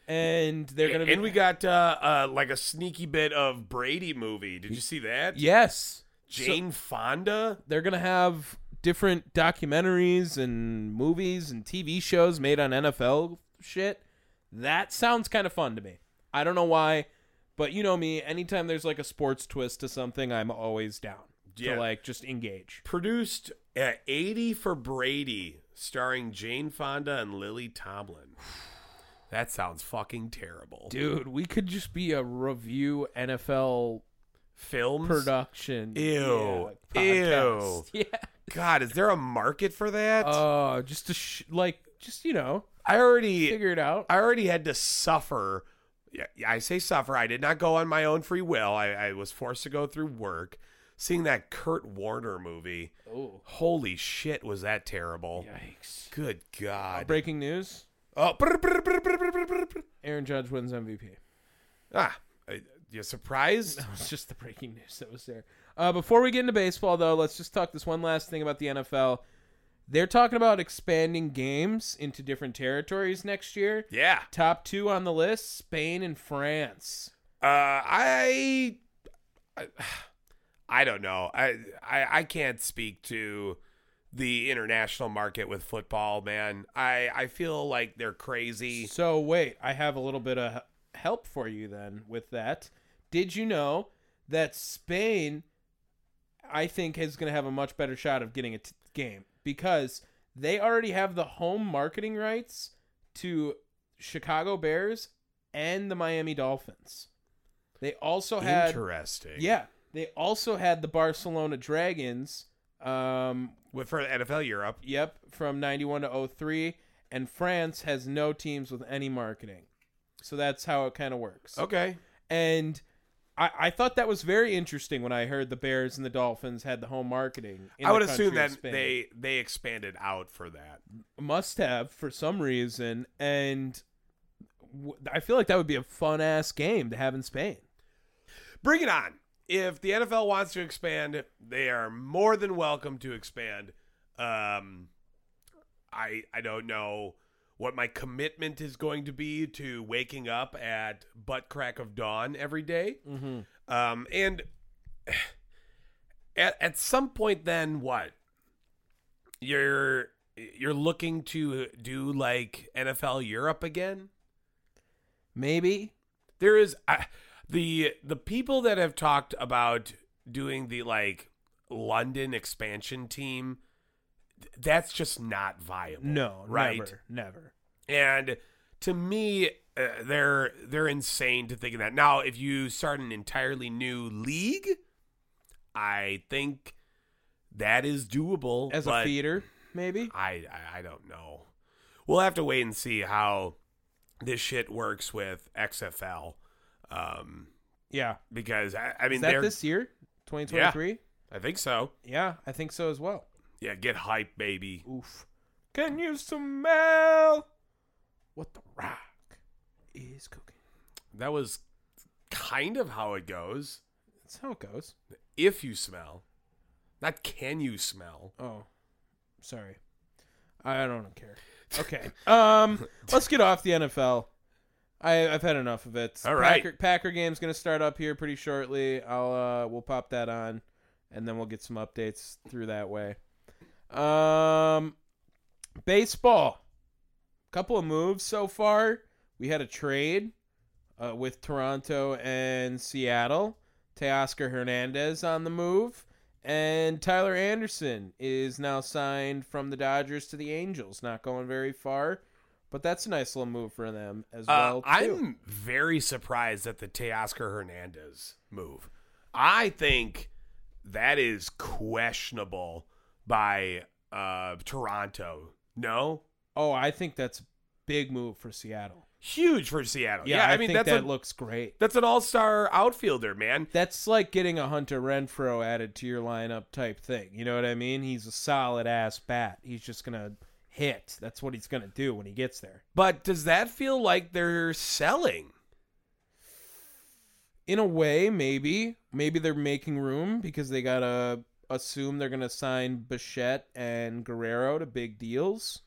Speaker 3: And they're gonna be
Speaker 1: and we got uh, uh, like a sneaky bit of Brady movie. Did you see that?
Speaker 3: yes,
Speaker 1: Jane Fonda.
Speaker 3: they're gonna have different documentaries and movies and TV shows made on NFL shit. That sounds kind of fun to me. I don't know why, but you know me. Anytime there's like a sports twist to something, I'm always down
Speaker 1: Yeah.
Speaker 3: to like just engage.
Speaker 1: produced at 80 for Brady, starring Jane Fonda and Lily Tomlin. That sounds fucking terrible.
Speaker 3: Dude, we could just be a review NFL
Speaker 1: Films?
Speaker 3: production.
Speaker 1: Ew.
Speaker 3: yeah, podcast. Yeah.
Speaker 1: God, is there a market for that?
Speaker 3: Oh, just to sh- like, just you know,
Speaker 1: I already
Speaker 3: figure it out.
Speaker 1: I already had to suffer. Yeah, I say suffer. I did not go on my own free will. I, I was forced to go through work. Seeing that Kurt Warner movie.
Speaker 3: Oh,
Speaker 1: Holy shit, was that terrible.
Speaker 3: yikes!
Speaker 1: Good God.
Speaker 3: Breaking news:
Speaker 1: oh, brr, brr, brr, brr, brr, brr, brr, brr.
Speaker 3: Aaron Judge wins MVP.
Speaker 1: Ah, uh, you surprised?
Speaker 3: It's just the breaking news that was there. Uh, before we get into baseball, though, let's just talk this one last thing about the NFL. They're talking about expanding games into different territories next year.
Speaker 1: Yeah.
Speaker 3: Top two on the list: Spain and France.
Speaker 1: Uh, I, I, I don't know. I, I, I can't speak to the international market with football, man. I, I feel like they're crazy.
Speaker 3: So wait, I have a little bit of he- help for you then with that. Did you know that Spain, I think, is going to have a much better shot of getting a t- game because they already have the home marketing rights to Chicago Bears and the Miami Dolphins. They also had,
Speaker 1: Interesting.
Speaker 3: yeah, they also had the Barcelona Dragons. Um,
Speaker 1: With for NFL Europe.
Speaker 3: yep, from 91 to 03 and France has no teams with any marketing. So that's how it kind of works.
Speaker 1: Okay.
Speaker 3: And I, I thought that was very interesting when I heard the Bears and the Dolphins had the home marketing. in
Speaker 1: I
Speaker 3: the
Speaker 1: would
Speaker 3: country
Speaker 1: assume
Speaker 3: of
Speaker 1: that
Speaker 3: Spain.
Speaker 1: they they expanded out for that.
Speaker 3: must have for some reason, and w- I feel like that would be a fun ass game to have in Spain.
Speaker 1: Bring it on. If the NFL wants to expand, they are more than welcome to expand. Um, I I don't know what my commitment is going to be to waking up at butt crack of dawn every day. Um, and at, at some point, then what? You're you're looking to do like NFL Europe again?
Speaker 3: Maybe
Speaker 1: there is I the the people that have talked about doing the like London expansion team th- that's just not viable.
Speaker 3: no,
Speaker 1: right?
Speaker 3: never, never.
Speaker 1: And to me uh, they're they're insane to think of that. Now if you start an entirely new league, I think that is doable
Speaker 3: As
Speaker 1: but
Speaker 3: a feeder, maybe.
Speaker 1: I, I I don't know. We'll have to wait and see how this shit works with XFL. Um,
Speaker 3: Yeah,
Speaker 1: because I, I mean,
Speaker 3: is that
Speaker 1: they're,
Speaker 3: this year, twenty twenty three?
Speaker 1: I think so.
Speaker 3: Yeah, I think so as well.
Speaker 1: Yeah, get hype, baby.
Speaker 3: Oof. Can you smell what the rock is cooking?
Speaker 1: That was kind of how it goes.
Speaker 3: That's how it goes.
Speaker 1: If you smell, not can you smell.
Speaker 3: Oh, sorry. I don't care. Okay. Um, let's get off the NFL. I, I've had enough of it.
Speaker 1: All right.
Speaker 3: Packer, Packer game's gonna start up here pretty shortly. I'll uh, we'll pop that on, and then we'll get some updates through that way. Um, Baseball. Couple of moves so far. We had a trade uh, with Toronto and Seattle. Teoscar Hernandez on the move. And Tyler Anderson is now signed from the Dodgers to the Angels. Not going very far, but that's a nice little move for them as
Speaker 1: Uh,
Speaker 3: well. too.
Speaker 1: I'm very surprised at the Teoscar Hernandez move. I think that is questionable by uh, Toronto. No,
Speaker 3: Oh, I think that's a big move for Seattle.
Speaker 1: huge for Seattle. Yeah, I, mean
Speaker 3: think
Speaker 1: that's
Speaker 3: that
Speaker 1: a,
Speaker 3: looks great.
Speaker 1: that's an all-star outfielder, man.
Speaker 3: That's like getting a Hunter Renfro added to your lineup type thing. You know what I mean? He's a solid ass bat. He's just gonna hit. That's what he's gonna do when he gets there.
Speaker 1: But does that feel like they're selling?
Speaker 3: In a way, maybe, maybe they're making room because they gotta assume they're gonna sign Bichette and Guerrero to big deals.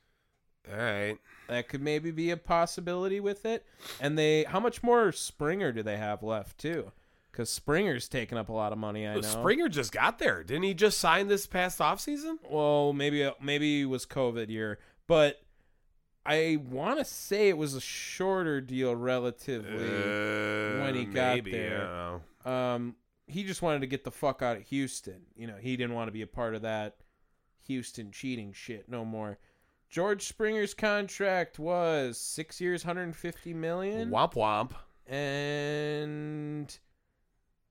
Speaker 1: All right.
Speaker 3: That could maybe be a possibility with it. And they, how much more Springer do they have left too? Because Springer's taking up a lot of money. I know.
Speaker 1: Springer just got there. Didn't he just sign this past offseason?
Speaker 3: well, maybe maybe it was COVID year, but I want to say it was a shorter deal relatively.
Speaker 1: Uh.
Speaker 3: when he got
Speaker 1: maybe, I
Speaker 3: there.
Speaker 1: don't know.
Speaker 3: um, he just wanted to get the fuck out of Houston. You know, he didn't want to be a part of that Houston cheating shit no more. George Springer's contract was six years, hundred and fifty million,
Speaker 1: Womp womp.
Speaker 3: and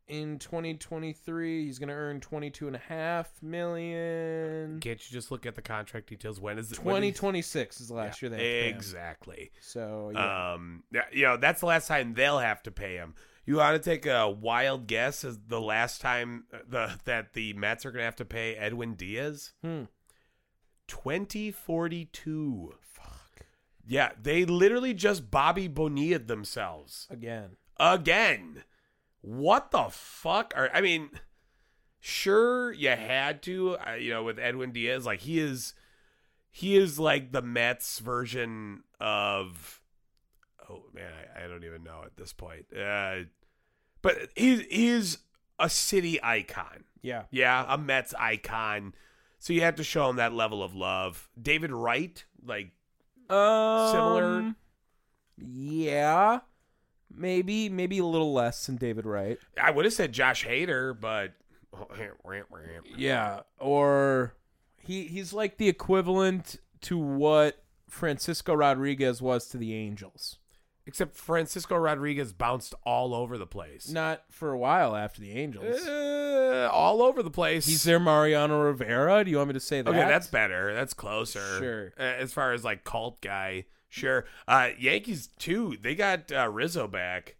Speaker 3: in 2023 he's going to earn 22 and a half million
Speaker 1: Can't you just look at the contract details? When is it? when did he-
Speaker 3: 2026 is the last year
Speaker 1: Yeah,
Speaker 3: they have to pay him.
Speaker 1: exactly.
Speaker 3: So yeah.
Speaker 1: Um, yeah, you know that's the last time they'll have to pay him. You want to take a wild guess as the last time uh, the that the Mets are going to have to pay Edwin Diaz?
Speaker 3: Hmm.
Speaker 1: Twenty forty two. Fuck. Yeah, they literally just Bobby Bonilla themselves
Speaker 3: again.
Speaker 1: again. What the fuck? Are I mean, sure you had to, uh, you know, with Edwin Diaz, like he is, he is like the Mets version of. Oh man, I, I don't even know at this point. Uh, but he he is a city icon.
Speaker 3: Yeah.
Speaker 1: Yeah, a Mets icon. So you have to show him that level of love. David Wright, like
Speaker 3: Um, Yeah. Maybe maybe a little less than David Wright.
Speaker 1: I would have said Josh Hader, but
Speaker 3: Yeah. Or he he's like the equivalent to what Francisco Rodriguez was to the Angels.
Speaker 1: Except Francisco Rodriguez bounced all over the place.
Speaker 3: Not for a while after the Angels.
Speaker 1: Uh, all over the place.
Speaker 3: He's their Mariano Rivera. Do you want me to say that?
Speaker 1: Okay, that's better. That's closer.
Speaker 3: Sure.
Speaker 1: Uh, as far as like cult guy, sure. Uh, Yankees too. They got uh, Rizzo back.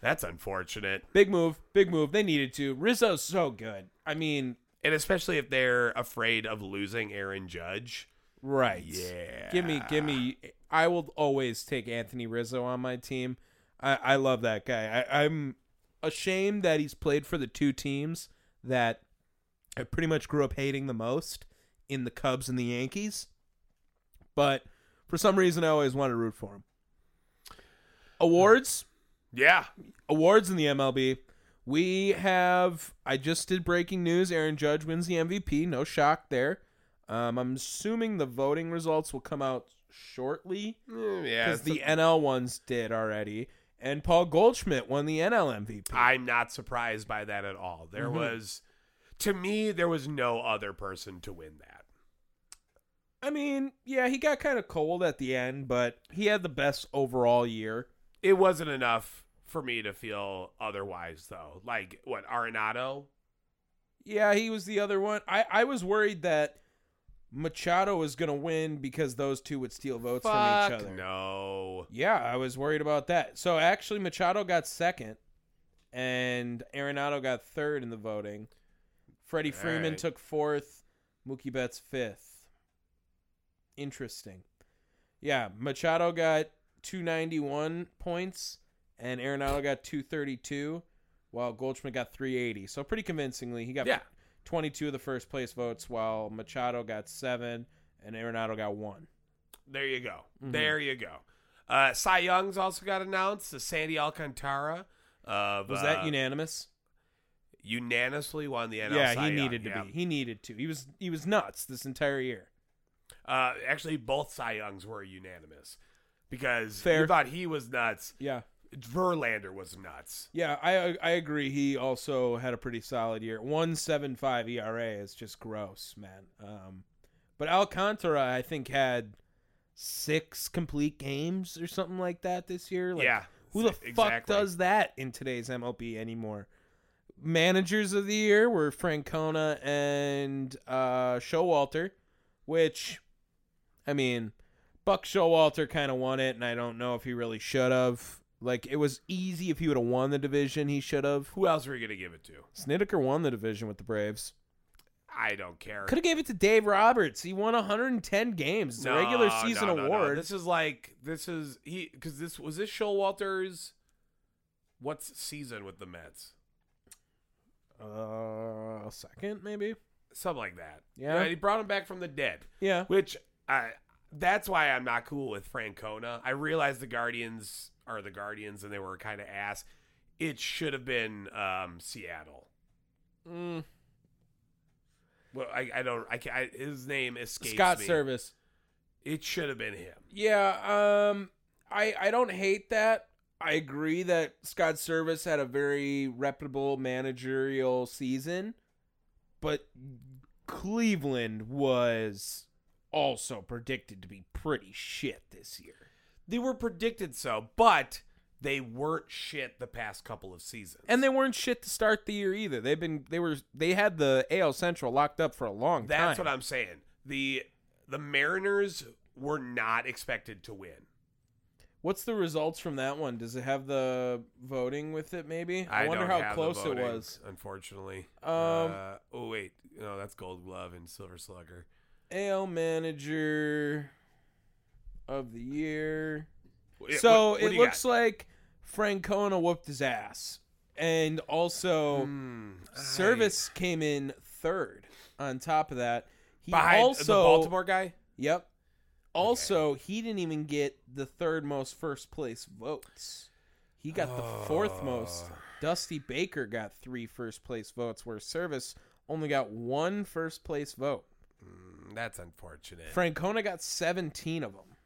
Speaker 1: That's unfortunate,
Speaker 3: big move. Big move. They needed to. Rizzo's so good. I mean,
Speaker 1: and especially if they're afraid of losing Aaron Judge.
Speaker 3: Right.
Speaker 1: Yeah.
Speaker 3: Give me, give me. I will always take Anthony Rizzo on my team. I, I love that guy. I, I'm ashamed that he's played for the two teams that I pretty much grew up hating the most in the Cubs and the Yankees. But for some reason, I always wanted to root for him. Awards,
Speaker 1: Yeah.
Speaker 3: awards in the MLB. We have. I just did breaking news. Aaron Judge wins the MVP. No shock there. Um, I'm assuming the voting results will come out shortly
Speaker 1: Mm, Yeah.
Speaker 3: because the NL ones did already. And Paul Goldschmidt won the NL MVP.
Speaker 1: I'm not surprised by that at all. There
Speaker 3: Mhm.
Speaker 1: was, to me, there was no other person to win that.
Speaker 3: I mean, yeah, he got kind of cold at the end, but he had the best overall year.
Speaker 1: it wasn't enough for me to feel otherwise though. Like what Arenado?
Speaker 3: Yeah, he was the other one. I, I was worried that Machado was going to win because those two would steal votes from each
Speaker 1: Fuck
Speaker 3: other.
Speaker 1: No.
Speaker 3: Yeah, I was worried about that. So actually, Machado got second, and Arenado got third in the voting. Freddie
Speaker 1: All
Speaker 3: Freeman
Speaker 1: right.
Speaker 3: took fourth. Mookie Betts fifth. Interesting. Yeah, Machado got 291 points, and Arenado got 232, while Goldschmidt got 380. So pretty convincingly, he got
Speaker 1: Yeah.
Speaker 3: 22 of the first place votes, while Machado got seven, and Arenado got one.
Speaker 1: There you go.
Speaker 3: Mhm.
Speaker 1: There you go. Uh Cy Young's also got announced, the Sandy Alcantara of
Speaker 3: Was
Speaker 1: uh,
Speaker 3: that unanimous?
Speaker 1: unanimously won the NL
Speaker 3: yeah,
Speaker 1: Cy
Speaker 3: he
Speaker 1: Young.
Speaker 3: needed to
Speaker 1: Yeah.
Speaker 3: be. He needed to. He was he was nuts this entire year.
Speaker 1: Uh, actually, both Cy Youngs were unanimous because
Speaker 3: Fair.
Speaker 1: you thought he was nuts.
Speaker 3: Yeah.
Speaker 1: Verlander was nuts.
Speaker 3: Yeah, I I agree. He also had a pretty solid year. One seven five ERA is just gross, man. Um, but Alcantara, I think, had six complete games or something like that this year. Like,
Speaker 1: Yeah,
Speaker 3: who the
Speaker 1: s-
Speaker 3: fuck
Speaker 1: exactly.
Speaker 3: does that in today's MLB anymore? Managers of the year were Francona and uh, Showalter, which, I mean, Buck Showalter kind of won it, and I don't know if he really should have. Like, it was easy if he would have won the division, he should have.
Speaker 1: Who else were you gonna give it to?
Speaker 3: Snideker won the division with the Braves.
Speaker 1: I don't care.
Speaker 3: Could have gave it to Dave Roberts. He won 110 games. It's a
Speaker 1: No,
Speaker 3: regular
Speaker 1: no,
Speaker 3: season
Speaker 1: no, no.
Speaker 3: award.
Speaker 1: This is like this is he because this was this Showalter's. What's season with the Mets?
Speaker 3: Uh, a second, maybe?
Speaker 1: Something like that.
Speaker 3: Yeah.
Speaker 1: he brought him back from the dead.
Speaker 3: Yeah.
Speaker 1: which I that's why I'm not cool with Francona. I realize the Guardians are the Guardians and they were kind of ass. It should have been um, Seattle.
Speaker 3: Mm,
Speaker 1: Well, I, I don't. I, can I his name escapes
Speaker 3: Scott
Speaker 1: me.
Speaker 3: Service.
Speaker 1: It should have been him.
Speaker 3: Yeah, um I I don't hate that. I agree that Scott Service had a very reputable managerial season, but Cleveland was also predicted to be pretty shit this year.
Speaker 1: They were predicted so, but they weren't shit the past couple of seasons.
Speaker 3: And they weren't shit to start the year either. They've been they were they had the AL Central locked up for a long time.
Speaker 1: that's what I'm saying. the The Mariners were not expected to win.
Speaker 3: What's the results from that one? Does it have the voting with it maybe? I, wonder
Speaker 1: don't
Speaker 3: how
Speaker 1: have the
Speaker 3: close it
Speaker 1: voting,
Speaker 3: was.
Speaker 1: Unfortunately.
Speaker 3: Um,
Speaker 1: Uh, oh wait, no, that's Gold Glove and Silver Slugger.
Speaker 3: AL manager of the year.
Speaker 1: Wh- what-
Speaker 3: so
Speaker 1: what do
Speaker 3: it
Speaker 1: you
Speaker 3: looks
Speaker 1: got?
Speaker 3: like Francona whooped his ass. And also
Speaker 1: Hmm,
Speaker 3: Service came in third on top of that. He
Speaker 1: behind
Speaker 3: also
Speaker 1: the Baltimore guy.
Speaker 3: Yep. Also, he didn't even get the third most first place votes. He got the
Speaker 1: Ah.
Speaker 3: fourth most. Dusty Baker got three first place votes, where Service only got one first place vote.
Speaker 1: Mm, That's unfortunate.
Speaker 3: Francona got 17 of them.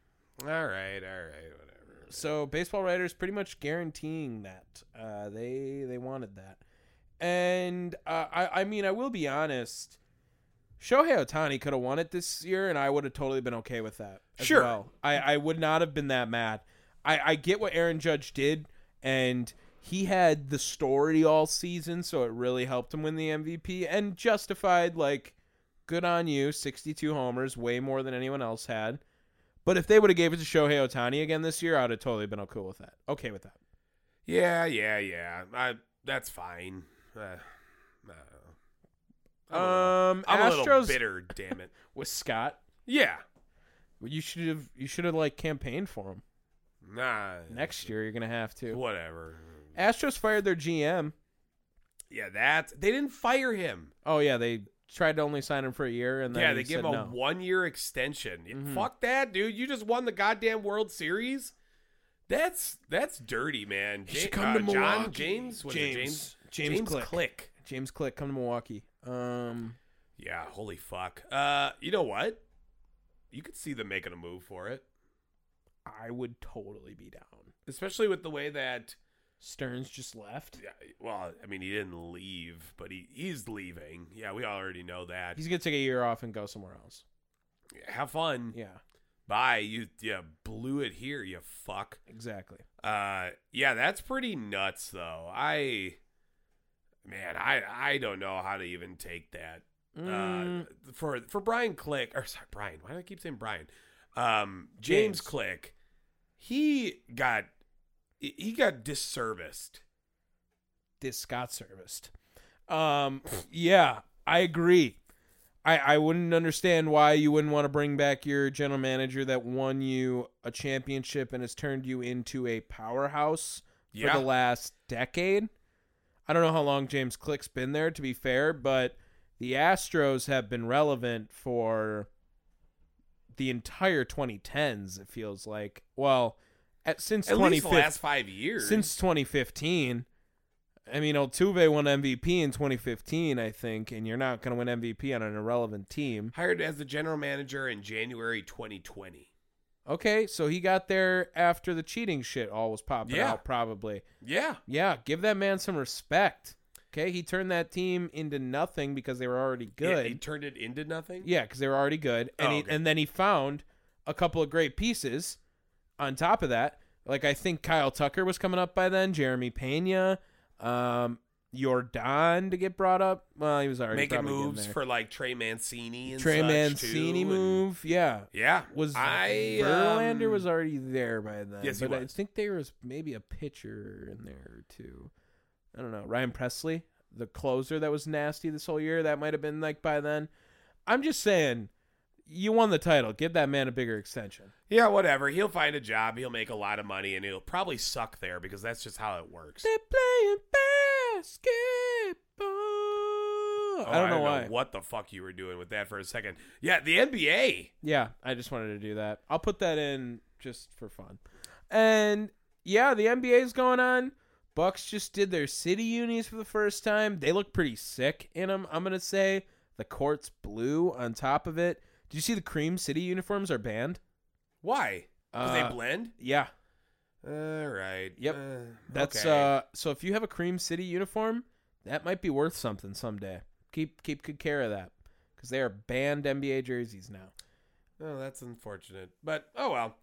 Speaker 1: all right, all right, whatever.
Speaker 3: So baseball writers pretty much guaranteeing that uh, they they wanted that, and uh, I I mean I will be honest, Shohei Otani could have won it this year, and I would have totally been okay with that. as
Speaker 1: Sure.
Speaker 3: well. I I would not have been that mad. I I get what Aaron Judge did, and he had the story all season, so it really helped him win the MVP and justified like. Good on you, 62 homers, way more than anyone else had. But if they would have gave it to Shohei Otani again this year, I would have totally been cool with that. Okay with that.
Speaker 1: Yeah, yeah, yeah. I, that's fine. Uh, I don't know. I'm a
Speaker 3: Um,
Speaker 1: little- I'm a little
Speaker 3: Astros-
Speaker 1: bitter. Damn it.
Speaker 3: With Scott,
Speaker 1: Yeah.
Speaker 3: you should have you should have like campaigned for him.
Speaker 1: Nah.
Speaker 3: Next year you're gonna have to.
Speaker 1: Whatever.
Speaker 3: Astros fired their GM.
Speaker 1: Yeah, that's they didn't fire him.
Speaker 3: Oh yeah, they tried to only sign him for a year and then
Speaker 1: Yeah,
Speaker 3: he
Speaker 1: they gave
Speaker 3: said
Speaker 1: him a
Speaker 3: no. Mm-hmm.
Speaker 1: one year extension. Yeah, Fuck that, dude. You just won the goddamn World Series. That's that's dirty, man.
Speaker 3: He should
Speaker 1: Ja- uh,
Speaker 3: come to
Speaker 1: John
Speaker 3: Milwaukee.
Speaker 1: James, what is it,
Speaker 3: James-
Speaker 1: James,
Speaker 3: James Click.
Speaker 1: Click.
Speaker 3: James Click come to Milwaukee. Um,
Speaker 1: Yeah, holy fuck. Uh, you know what? You could see them making a move for it,
Speaker 3: I would totally be down.
Speaker 1: especially with the way that.
Speaker 3: Stearns just left.
Speaker 1: Yeah, well, I mean, he didn't leave, but he he's leaving. Yeah, we already know that.
Speaker 3: He's gonna take a year off and go somewhere else.
Speaker 1: Have fun.
Speaker 3: Yeah,
Speaker 1: Bye. You you blew it here. You fuck.
Speaker 3: exactly.
Speaker 1: Uh, yeah, that's pretty nuts, though. I, man, I I don't know how to even take that.
Speaker 3: Mm.
Speaker 1: Uh, for for Brian Click or sorry, Brian. Why do I keep saying Brian? Um, James,
Speaker 3: James.
Speaker 1: Click, he got he he got disserviced.
Speaker 3: this Scott serviced. Um, yeah, I agree. I, I wouldn't understand why you wouldn't want to bring back your general manager that won you a championship and has turned you into a powerhouse
Speaker 1: Yeah.
Speaker 3: for the last decade. I don't know how long James Click's been there, to be fair, but the Astros have been relevant for the entire 2010s. It feels like, well, at, since
Speaker 1: At
Speaker 3: 2015,
Speaker 1: least the last five years.
Speaker 3: since 2015 I mean, Altuve won MVP in 2015, I think, and you're not going to win MVP on an irrelevant team.
Speaker 1: Hired as the general manager in January 2020.
Speaker 3: Okay, so he got there after the cheating shit all was popping
Speaker 1: Yeah.
Speaker 3: out, probably.
Speaker 1: Yeah.
Speaker 3: Yeah, give that man some respect. Okay, he turned that team into nothing because they were already
Speaker 1: He, he
Speaker 3: good.
Speaker 1: turned it into nothing.
Speaker 3: Yeah, because they were already good, and
Speaker 1: Oh,
Speaker 3: he,
Speaker 1: okay.
Speaker 3: and then he found a couple of great pieces. On top of that, like I think Kyle Tucker was coming up by then, Jeremy Pena, um, Jordan to get brought up. Well, he was already
Speaker 1: Making
Speaker 3: probably getting
Speaker 1: moves
Speaker 3: there.
Speaker 1: for like Trey Mancini and
Speaker 3: Trey
Speaker 1: such,
Speaker 3: Mancini
Speaker 1: too, and-
Speaker 3: move. Yeah,
Speaker 1: Yeah.
Speaker 3: was
Speaker 1: I
Speaker 3: Verlander
Speaker 1: um,
Speaker 3: was already there by then.
Speaker 1: Yes, he
Speaker 3: but I
Speaker 1: was.
Speaker 3: think there was maybe a pitcher in there too. I don't know. Ryan Presley, the closer that was nasty this whole year, that might have been like by then. I'm just saying, you won the title. Give that man a bigger extension.
Speaker 1: Yeah, whatever. He'll find a job. He'll make a lot of money, and he'll probably suck there because that's just how it works.
Speaker 3: They're playing basketball.
Speaker 1: Oh,
Speaker 3: I don't know why.
Speaker 1: what the fuck you were doing with that for a second. Yeah, the NBA.
Speaker 3: Yeah, I just wanted to do that. I'll put that in just for fun. And yeah, the NBA's going on. Bucks just did their city unis for the first time. They look pretty sick in them. I'm gonna say the court's blue on top of it. Did you see the cream city uniforms are banned?
Speaker 1: Why? Because
Speaker 3: Uh,
Speaker 1: they blend.
Speaker 3: Yeah,
Speaker 1: All right.
Speaker 3: Yep.
Speaker 1: Uh,
Speaker 3: that's
Speaker 1: okay.
Speaker 3: uh. So if you have a cream city uniform, that might be worth something someday. Keep keep good care of that because they are banned NBA jerseys now.
Speaker 1: Oh, that's unfortunate. But oh well.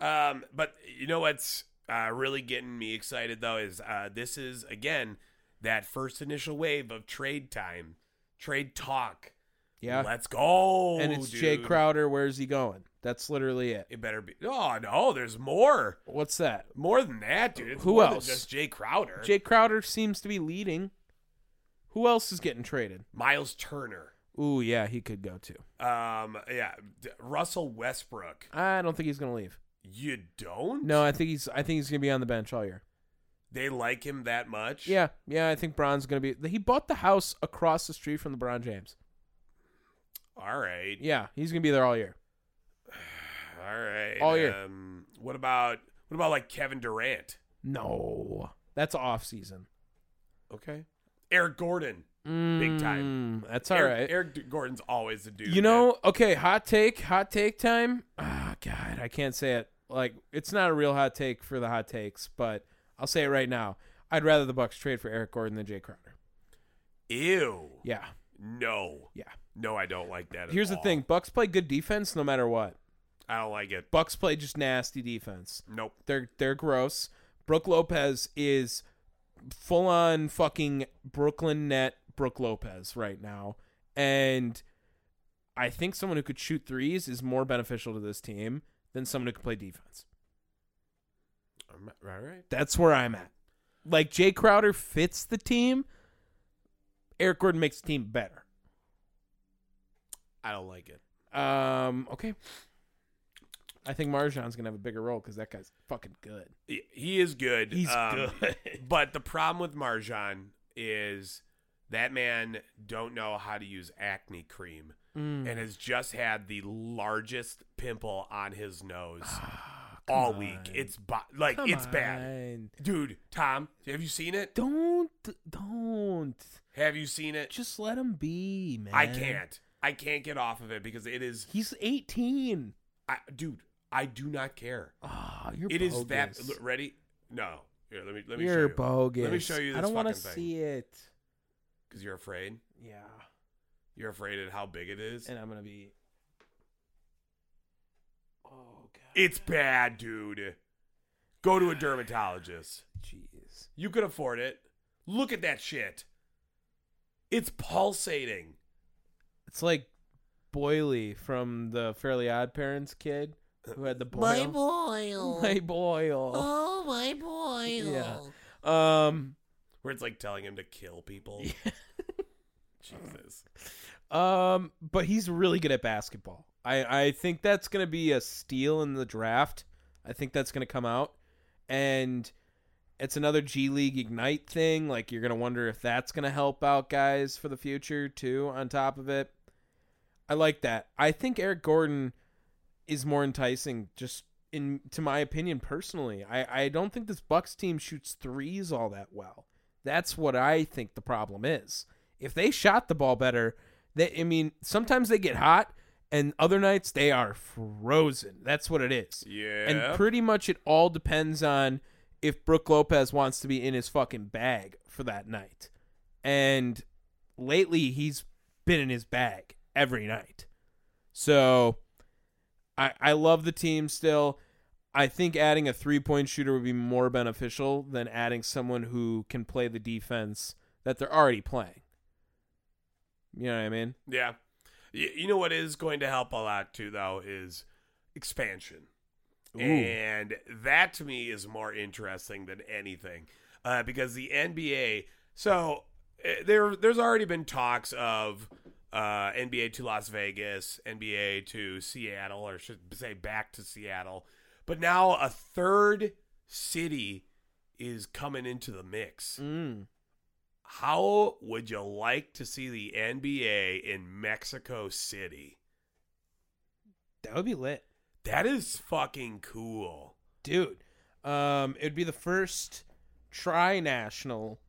Speaker 1: Um, but you know what's uh, really getting me excited though is uh, this is again that first initial wave of trade time, trade talk.
Speaker 3: Yeah,
Speaker 1: Let's go.
Speaker 3: and it's
Speaker 1: dude.
Speaker 3: Jay Crowder. Where's he going? That's literally Oh, it.
Speaker 1: It better be. Oh no, there's more.
Speaker 3: What's that?
Speaker 1: More than that, dude. It's
Speaker 3: Who
Speaker 1: more than
Speaker 3: else?
Speaker 1: just Jay Crowder.
Speaker 3: Jay Crowder seems to be leading. Who else is getting traded?
Speaker 1: Miles Turner.
Speaker 3: Ooh, yeah, he could go too.
Speaker 1: Um, yeah, D- Russell Westbrook.
Speaker 3: I don't think he's gonna leave.
Speaker 1: You don't?
Speaker 3: No, I think he's. I think he's gonna be on the bench all year.
Speaker 1: They like him that much?
Speaker 3: Yeah, yeah, I think Bron's gonna be. He bought the house across the street from LeBron James.
Speaker 1: All right.
Speaker 3: Yeah, he's gonna be there all year.
Speaker 1: All right.
Speaker 3: All year.
Speaker 1: Um, what about what about like Kevin Durant?
Speaker 3: No, that's off season.
Speaker 1: Okay. Eric Gordon. Big time.
Speaker 3: Mm, That's all right.
Speaker 1: Eric, Eric D- Gordon's always the dude.
Speaker 3: You know, okay, hot take, hot take time. Ah, God, I can't say it. Like, it's not a real hot take for the hot takes, but I'll say it right now. I'd rather the Bucks trade for Eric Gordon than Jay Crowder.
Speaker 1: that- ew.
Speaker 3: Yeah,
Speaker 1: No.
Speaker 3: yeah.
Speaker 1: No, I don't like that. at
Speaker 3: Here's the
Speaker 1: all.
Speaker 3: thing: Bucks play good defense no matter what.
Speaker 1: I don't like it.
Speaker 3: Bucks play just nasty defense.
Speaker 1: Nope.
Speaker 3: They're they're gross. Brooke Lopez is full on fucking Brooklyn net Brooke Lopez right now. And I think someone who could shoot threes is more beneficial to this team than someone who can play defense.
Speaker 1: Um, All right.
Speaker 3: That's where I'm at. Like Jay Crowder fits the team. Eric Gordon makes the team better.
Speaker 1: I don't like it.
Speaker 3: Um, okay. I think Marjan's gonna have a bigger role because that guy's fucking good.
Speaker 1: He- He is good.
Speaker 3: He's
Speaker 1: um,
Speaker 3: good.
Speaker 1: But the problem with Marjan is that man don't know how to use acne cream
Speaker 3: Mm.
Speaker 1: and has just had the largest pimple on his nose all week. It's bo- like
Speaker 3: Ah, Come
Speaker 1: it's bad.
Speaker 3: on.
Speaker 1: Dude, Tom, have you seen it?
Speaker 3: Don't don't
Speaker 1: Have you seen it?
Speaker 3: just let him be, man.
Speaker 1: I can't. I can't get off of it because it is
Speaker 3: He's 18.
Speaker 1: I, dude, I do not care.
Speaker 3: Ah, you're
Speaker 1: It is
Speaker 3: bogus.
Speaker 1: that look, ready? No. Here, let me let me show
Speaker 3: you're
Speaker 1: you.
Speaker 3: bogus.
Speaker 1: Let me show you this
Speaker 3: I don't wanna
Speaker 1: fucking thing.
Speaker 3: see it.
Speaker 1: Cuz you're afraid.
Speaker 3: Yeah,
Speaker 1: You're afraid at how big it is.
Speaker 3: and I'm gonna be. Oh god.
Speaker 1: It's bad, dude. Go to a dermatologist.
Speaker 3: Jeez.
Speaker 1: You could afford it. Look at that shit. It's pulsating.
Speaker 3: It's like Boily from the Fairly Odd Parents kid who had the boil. My boil. My boil. Oh, my boil. Yeah. Um.
Speaker 1: Where it's like telling him to kill people. Jesus.
Speaker 3: Um, but he's really good at basketball. I, I think that's going to be a steal in the draft. I think that's going to come out. And it's another G League Ignite thing. Like, you're going to wonder if that's going to help out guys for the future, too, on top of it. I like that. I think Eric Gordon is more enticing, just in to my opinion personally. I, I don't think this Bucks team shoots threes all that well. That's what I think the problem is. If they shot the ball better, they I mean, sometimes they get hot and other nights they are frozen. That's what it is.
Speaker 1: Yep.
Speaker 3: And pretty much it all depends on if Brooke Lopez wants to be in his fucking bag for that night. And lately he's been in his bag every night. So I I love the team still. I think adding a three point shooter would be more beneficial than adding someone who can play the defense that they're already playing. You know what I mean?
Speaker 1: Yeah. Y- you know what is going to help a lot too, though, is expansion. And that to me is more interesting than anything uh, because the NBA. So eh, there, there's already been talks of uh, NBA to Las Vegas, NBA to Seattle, or should say back to Seattle. But now a third city is coming into the mix.
Speaker 3: Mm.
Speaker 1: How would you like to see the NBA in Mexico City?
Speaker 3: That would be lit.
Speaker 1: That is fucking cool.
Speaker 3: Dude. Um it'd be the first tri national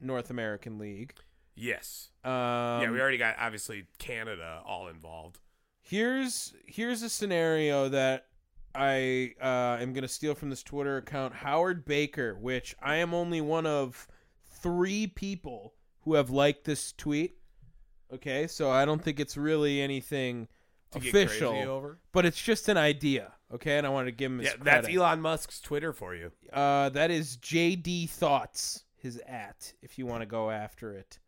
Speaker 3: North American League.
Speaker 1: Yes.
Speaker 3: Um
Speaker 1: yeah, we already got obviously Canada all involved.
Speaker 3: Here's here's a scenario that I uh, am gonna steal from this Twitter account, Howard Baker, which I am only one of three people who have liked this tweet. Okay, so I don't think it's really anything
Speaker 1: To get
Speaker 3: official,
Speaker 1: crazy over?
Speaker 3: but it's just an idea. Okay, and I wanted to give him his
Speaker 1: Yeah, that's
Speaker 3: credit.
Speaker 1: Elon Musk's Twitter for you.
Speaker 3: Uh, that is JD Thoughts, his at, if you want to go after it.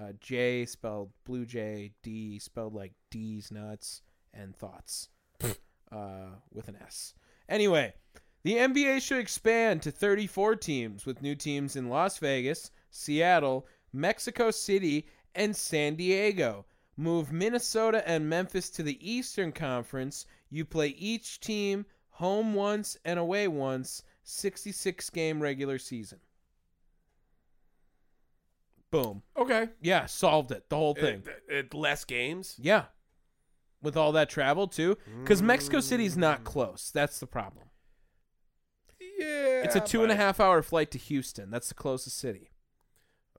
Speaker 3: Uh, J spelled blue J, D spelled like D's nuts, and thoughts uh, with an S. Anyway, the NBA should expand to 34 teams with new teams in Las Vegas, Seattle, Mexico City, and San Diego. Move Minnesota and Memphis to the Eastern Conference. You play each team home once and away once, 66 game regular season. Boom.
Speaker 1: Okay.
Speaker 3: Yeah, solved it. The whole thing.
Speaker 1: It, Uh, it- less games.
Speaker 3: Yeah. With all that travel too, because Mexico City's
Speaker 1: Mm.
Speaker 3: not close. That's the problem.
Speaker 1: Yeah.
Speaker 3: it's a two and a
Speaker 1: but-
Speaker 3: half hour flight to Houston. That's the closest city.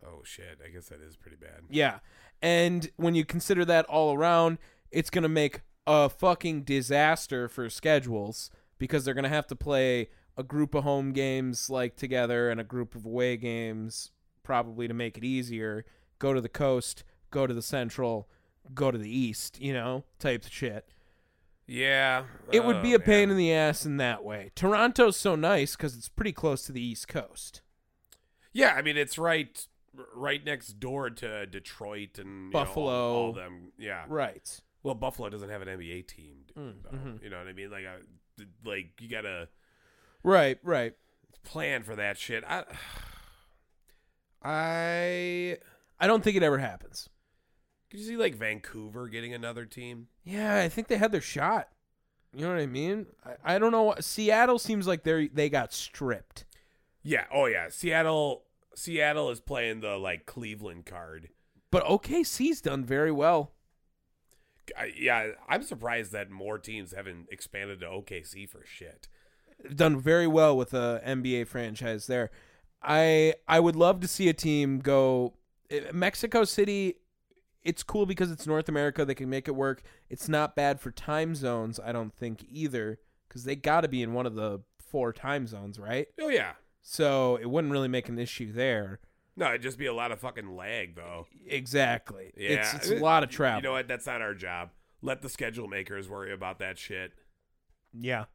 Speaker 1: Oh shit! I guess that is pretty bad.
Speaker 3: Yeah, and when you consider that all around, it's gonna make a fucking disaster for schedules because they're gonna have to play a group of home games like together and a group of away games probably to make it easier. Go to the coast, go to the central, go to the east. You know, type shit.
Speaker 1: Yeah.
Speaker 3: It would
Speaker 1: Oh,
Speaker 3: be a pain in the ass in that way. Toronto's so nice because it's pretty close to the East Coast.
Speaker 1: Yeah, I mean it's right, right next door to Detroit and you know, all-
Speaker 3: Buffalo.
Speaker 1: all, them. Yeah.
Speaker 3: Right.
Speaker 1: Well, Buffalo doesn't have an NBA team. Dude,
Speaker 3: Mm,
Speaker 1: though.
Speaker 3: mhm.
Speaker 1: You know what I mean? Like, I, like you gotta
Speaker 3: Right, right.
Speaker 1: plan for that shit. I, I
Speaker 3: I don't think it ever happens.
Speaker 1: could you see like Vancouver getting another team?
Speaker 3: Yeah, I think they had their shot. You know what I mean? I, I don't know. Seattle seems like they they got stripped.
Speaker 1: Yeah. Oh yeah. Seattle. Seattle is playing the like Cleveland card.
Speaker 3: But OKC's done very well.
Speaker 1: I, yeah, I'm surprised that more teams haven't expanded to OKC for shit.
Speaker 3: Done very well with a NBA franchise there. I I would love to see a team go eh, Mexico City it's cool because it's North America. They can make it work. It's not bad for time zones, I don't think either, because they got to be in one of the four time zones, right?
Speaker 1: Oh yeah.
Speaker 3: So it wouldn't really make an issue there.
Speaker 1: No, it'd just be a lot of fucking lag though.
Speaker 3: Exactly.
Speaker 1: Yeah,
Speaker 3: It's, it's a lot of travel.
Speaker 1: You know what? That's not our job. Let the schedule makers worry about that shit.
Speaker 3: Yeah.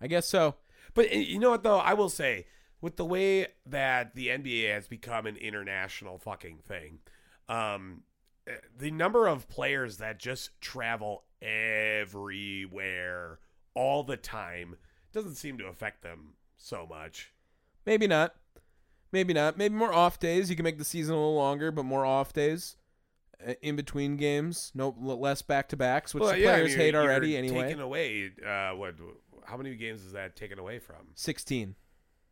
Speaker 3: I guess so.
Speaker 1: But uh, you know what though? I will say with the way that the NBA has become an international fucking thing, um, uh, the number of players that just travel everywhere all the time doesn't seem to affect them so much.
Speaker 3: Maybe not. Maybe not. Maybe more off days. You can make the season a little longer, but more off days uh, in between games. No l- less back to backs, which
Speaker 1: Well,
Speaker 3: the
Speaker 1: yeah, I
Speaker 3: players
Speaker 1: mean,
Speaker 3: hate
Speaker 1: you're-
Speaker 3: already
Speaker 1: you're
Speaker 3: anyway.
Speaker 1: Taken away. Uh, what? How many games is that taken away from?
Speaker 3: 16.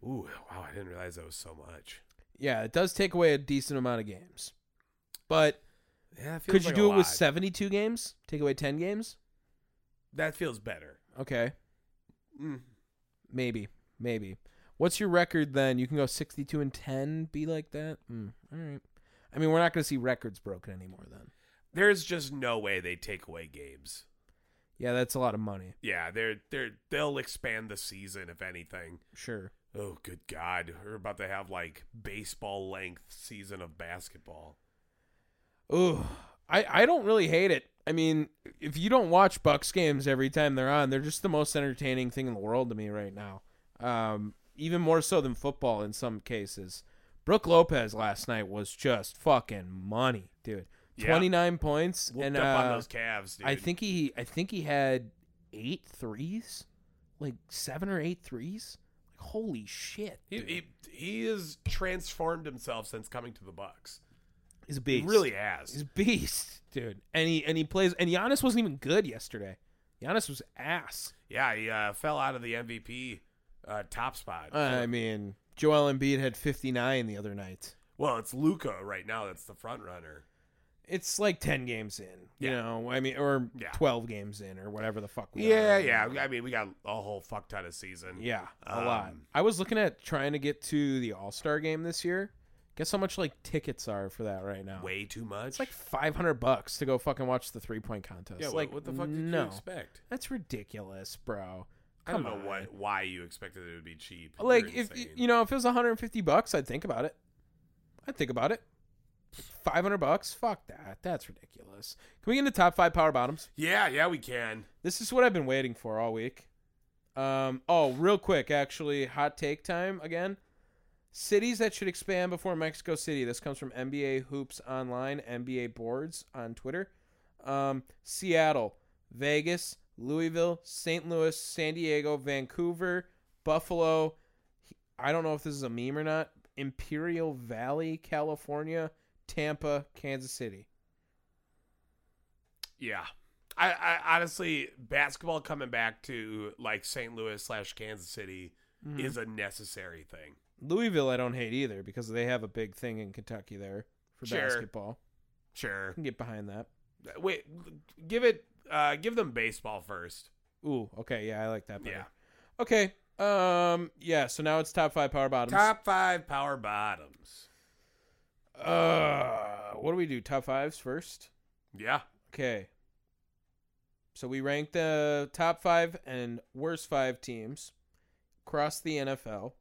Speaker 1: Ooh, wow! I didn't realize that was so much.
Speaker 3: Yeah, it does take away a decent amount of games. But
Speaker 1: Yeah, it feels
Speaker 3: could you
Speaker 1: like
Speaker 3: do
Speaker 1: a
Speaker 3: it with
Speaker 1: lot.
Speaker 3: 72 games? Take away 10 games?
Speaker 1: That feels better.
Speaker 3: Okay.
Speaker 1: Mm.
Speaker 3: Maybe. Maybe. What's your record then? You can go 62 and 10, be like that? Mm, all right. I mean, we're not going to see records broken anymore then.
Speaker 1: There's just no way they take away games.
Speaker 3: Yeah, that's a lot of money.
Speaker 1: Yeah, they're they're they'll expand the season if anything.
Speaker 3: Sure.
Speaker 1: Oh, good God! We're about to have like baseball length season of basketball.
Speaker 3: Ooh, I, I don't really hate it. I mean, if you don't watch Bucks games every time they're on, they're just the most entertaining thing in the world to me right now. Um, even more so than football in some cases. Brooke Lopez last night was just fucking money, dude.
Speaker 1: Yeah.
Speaker 3: Twenty nine points,
Speaker 1: Whooped
Speaker 3: and
Speaker 1: up on
Speaker 3: uh,
Speaker 1: those calves, dude.
Speaker 3: I think he I think he had eight threes, like seven or eight threes. Like holy shit,
Speaker 1: he, he he has transformed himself since coming to the Bucks.
Speaker 3: he's a
Speaker 1: He
Speaker 3: beast.
Speaker 1: really has.
Speaker 3: He's a beast, dude. And he and he plays. And Giannis wasn't even good yesterday. Giannis was ass.
Speaker 1: Yeah, he uh, fell out of the MVP uh, top spot.
Speaker 3: I mean, Joel Embiid had 59 the other night.
Speaker 1: well, it's Luca right now. That's the front runner.
Speaker 3: It's like 10 games in, you
Speaker 1: Yeah.
Speaker 3: know. I mean, or
Speaker 1: Yeah.
Speaker 3: 12 games in, or whatever the fuck. we
Speaker 1: Yeah,
Speaker 3: are.
Speaker 1: yeah. I mean, we got a whole fuck ton of season.
Speaker 3: yeah, a
Speaker 1: Um,
Speaker 3: lot. I was looking at trying to get to the All Star game this year. Guess how much like tickets are for that right now?
Speaker 1: Um, Way too much.
Speaker 3: It's like 500 bucks to go fucking watch the three point contest.
Speaker 1: yeah, what-
Speaker 3: like
Speaker 1: what the fuck did
Speaker 3: no.
Speaker 1: you expect?
Speaker 3: That's ridiculous, bro.
Speaker 1: I don't
Speaker 3: Come
Speaker 1: know
Speaker 3: on.
Speaker 1: what why you expected it would be cheap. You're
Speaker 3: like if
Speaker 1: insane.
Speaker 3: you know if it was 150 bucks i'd think about it i'd think about it 500 bucks fuck that that's ridiculous can we get into top five power bottoms
Speaker 1: Yeah, yeah, we can.
Speaker 3: this is what i've been waiting for all week um oh real quick actually hot take time again cities that should expand before mexico city this comes from nba hoops online nba boards on twitter um seattle vegas louisville st louis san diego vancouver buffalo I don't know if this is a meme or not. Imperial Valley, California, Tampa, Kansas City.
Speaker 1: Yeah. I, I honestly basketball coming back to like St. Louis slash Kansas City
Speaker 3: Mm-hmm.
Speaker 1: is a necessary thing.
Speaker 3: Louisville, I don't hate either because they have a big thing in Kentucky there for
Speaker 1: Sure.
Speaker 3: basketball. I
Speaker 1: Sure.
Speaker 3: can get behind that.
Speaker 1: Wait, give it. Uh, give them baseball first.
Speaker 3: Ooh, okay, yeah, I like that better.
Speaker 1: Yeah.
Speaker 3: Okay. Um yeah, so now it's top 5 power bottoms.
Speaker 1: Top five power bottoms.
Speaker 3: uh what do we do? Top 5s first?
Speaker 1: Yeah.
Speaker 3: Okay. So we ranked the top five and worst five teams across the NFL.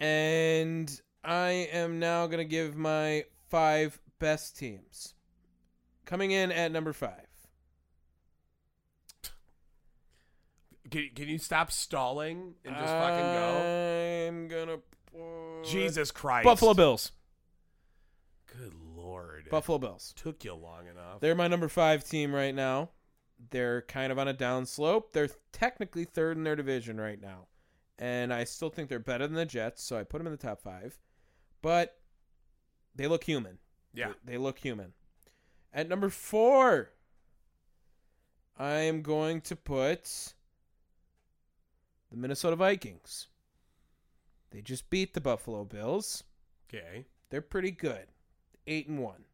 Speaker 3: And I am now going to give my five best teams. Coming in at number five.
Speaker 1: Can, can you stop stalling and just fucking go?
Speaker 3: I'm going to. put
Speaker 1: Jesus Christ.
Speaker 3: Uh, Buffalo Bills.
Speaker 1: Good lord.
Speaker 3: Buffalo Bills.
Speaker 1: took you long enough.
Speaker 3: They're my number five team right now. They're kind of on a down slope. They're technically third in their division right now. And I still think they're better than the Jets, so I put them in the top five. But they look human.
Speaker 1: yeah.
Speaker 3: They look human. At number four, I am going to put the Minnesota Vikings. They just beat the Buffalo Bills
Speaker 1: Okay.
Speaker 3: they're pretty good. Eight and one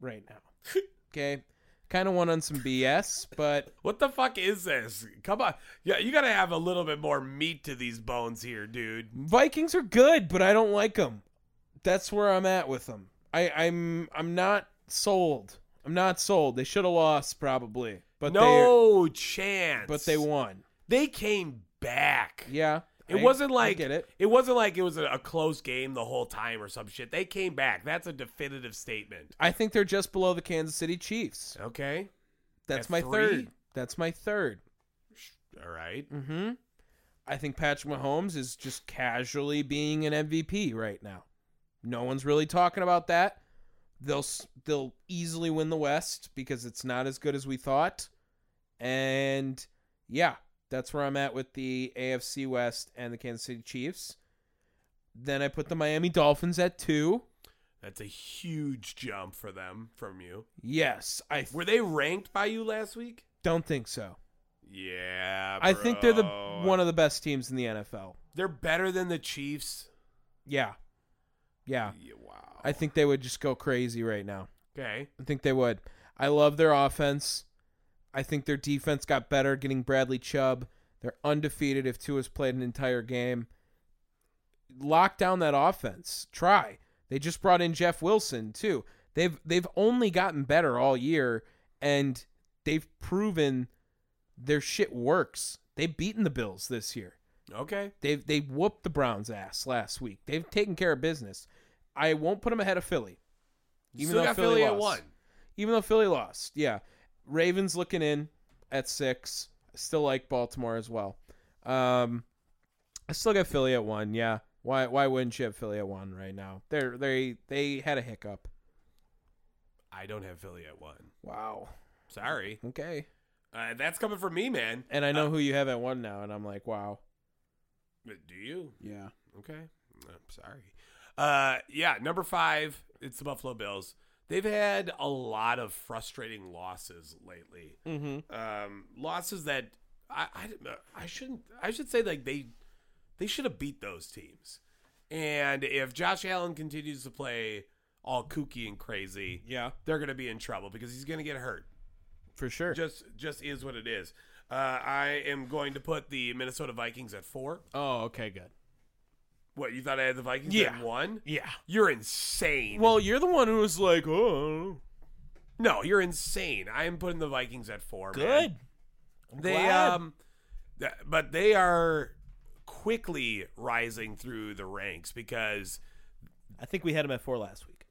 Speaker 3: right now. Okay. Kind of won on some BS, but
Speaker 1: What the fuck is this? Come on. Yeah, you gotta have a little bit more meat to these bones here, dude.
Speaker 3: Vikings are good, but I don't like them. That's where I'm at with them. I, I'm I'm not sold. I'm not sold. They should have lost probably, but
Speaker 1: no chance.
Speaker 3: they but they won.
Speaker 1: They came back.
Speaker 3: Yeah,
Speaker 1: It
Speaker 3: I-
Speaker 1: wasn't
Speaker 3: I
Speaker 1: like
Speaker 3: get it.
Speaker 1: wasn't like it was a, a close game the whole time or some shit. They came back. That's a definitive statement.
Speaker 3: I think they're just below the Kansas City Chiefs.
Speaker 1: Okay.
Speaker 3: That's
Speaker 1: At
Speaker 3: my
Speaker 1: three?
Speaker 3: third. That's my third.
Speaker 1: All right.
Speaker 3: Mm-hmm. I think Patrick Mahomes is just casually being an MVP right now. No one's really talking about that. They'll s- they'll easily win the West because it's not as good as we thought. And yeah, that's where I'm at with the AFC West and the Kansas City Chiefs. Then I put the Miami Dolphins at 2.
Speaker 1: That's a huge jump for them from you.
Speaker 3: Yes, I
Speaker 1: Were they ranked by you last week?
Speaker 3: don't think so.
Speaker 1: Yeah.
Speaker 3: I think they're the
Speaker 1: bro.
Speaker 3: one of the best teams in the NFL.
Speaker 1: They're better than the Chiefs.
Speaker 3: Yeah. Yeah.
Speaker 1: Yeah, wow.
Speaker 3: I think they would just go crazy right now.
Speaker 1: okay.
Speaker 3: I think they would. I love their offense. I think their defense got better getting Bradley Chubb. They're undefeated if Tua's played an entire game. lock down that offense. Try. They just brought in Jeff Wilson too. They've they've only gotten better all year, and they've proven their shit works. They've beaten the Bills this year.
Speaker 1: Okay.
Speaker 3: They they whooped the Browns' ass last week. They've taken care of business. I won't put them ahead of Philly, even
Speaker 1: Still
Speaker 3: though
Speaker 1: got
Speaker 3: Philly,
Speaker 1: Philly
Speaker 3: lost.
Speaker 1: at one.
Speaker 3: Even though Philly lost, yeah. Ravens looking in at six. I Still like Baltimore as well. Um, I still got Philly at one. Yeah. Why why wouldn't you have Philly at one right now? They're they they had a hiccup.
Speaker 1: I don't have Philly at one.
Speaker 3: Wow.
Speaker 1: Sorry.
Speaker 3: Okay.
Speaker 1: Uh, that's coming from me, man. Uh,
Speaker 3: And I know who you have at one now, and I'm like, wow.
Speaker 1: But do you?
Speaker 3: Yeah.
Speaker 1: Okay. I'm sorry. Uh, yeah, number five, it's the Buffalo Bills. They've had a lot of frustrating losses lately.
Speaker 3: Mm-hmm.
Speaker 1: Um, losses that I, I I shouldn't I should say like they they should have beat those teams. And if Josh Allen continues to play all kooky and crazy,
Speaker 3: Yeah.
Speaker 1: they're going to be in trouble because he's going to get hurt.
Speaker 3: For sure.
Speaker 1: Just just is what it is. Uh, I am going to put the Minnesota Vikings at four.
Speaker 3: oh, okay, good.
Speaker 1: What you thought I had the Vikings
Speaker 3: Yeah.
Speaker 1: at one?
Speaker 3: Yeah.
Speaker 1: You're insane.
Speaker 3: Well, you're the one who was like, oh,
Speaker 1: no, you're insane. I am putting the Vikings at four. man. They
Speaker 3: glad.
Speaker 1: um, th- but they are quickly rising through the ranks because
Speaker 3: I think we had him at four last week.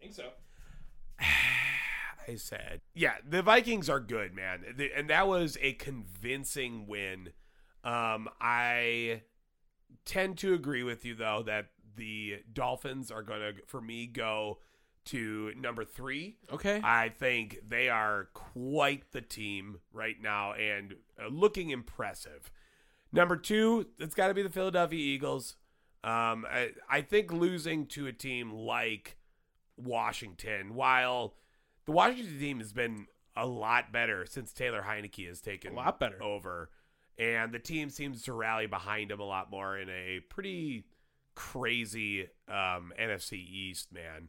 Speaker 3: think so.
Speaker 1: I said, yeah, the Vikings are good, man, The- and that was a convincing win. Um, I tend to agree with you though that the Dolphins are going to, for me, go to number three.
Speaker 3: Okay.
Speaker 1: I think they are quite the team right now and uh, looking impressive. Number two, it's got to be the Philadelphia Eagles. Um, I, I think losing to a team like Washington, while the Washington team has been a lot better since Taylor Heineke has taken
Speaker 3: A lot better.
Speaker 1: over, and the team seems to rally behind him a lot more in a pretty crazy um, NFC East man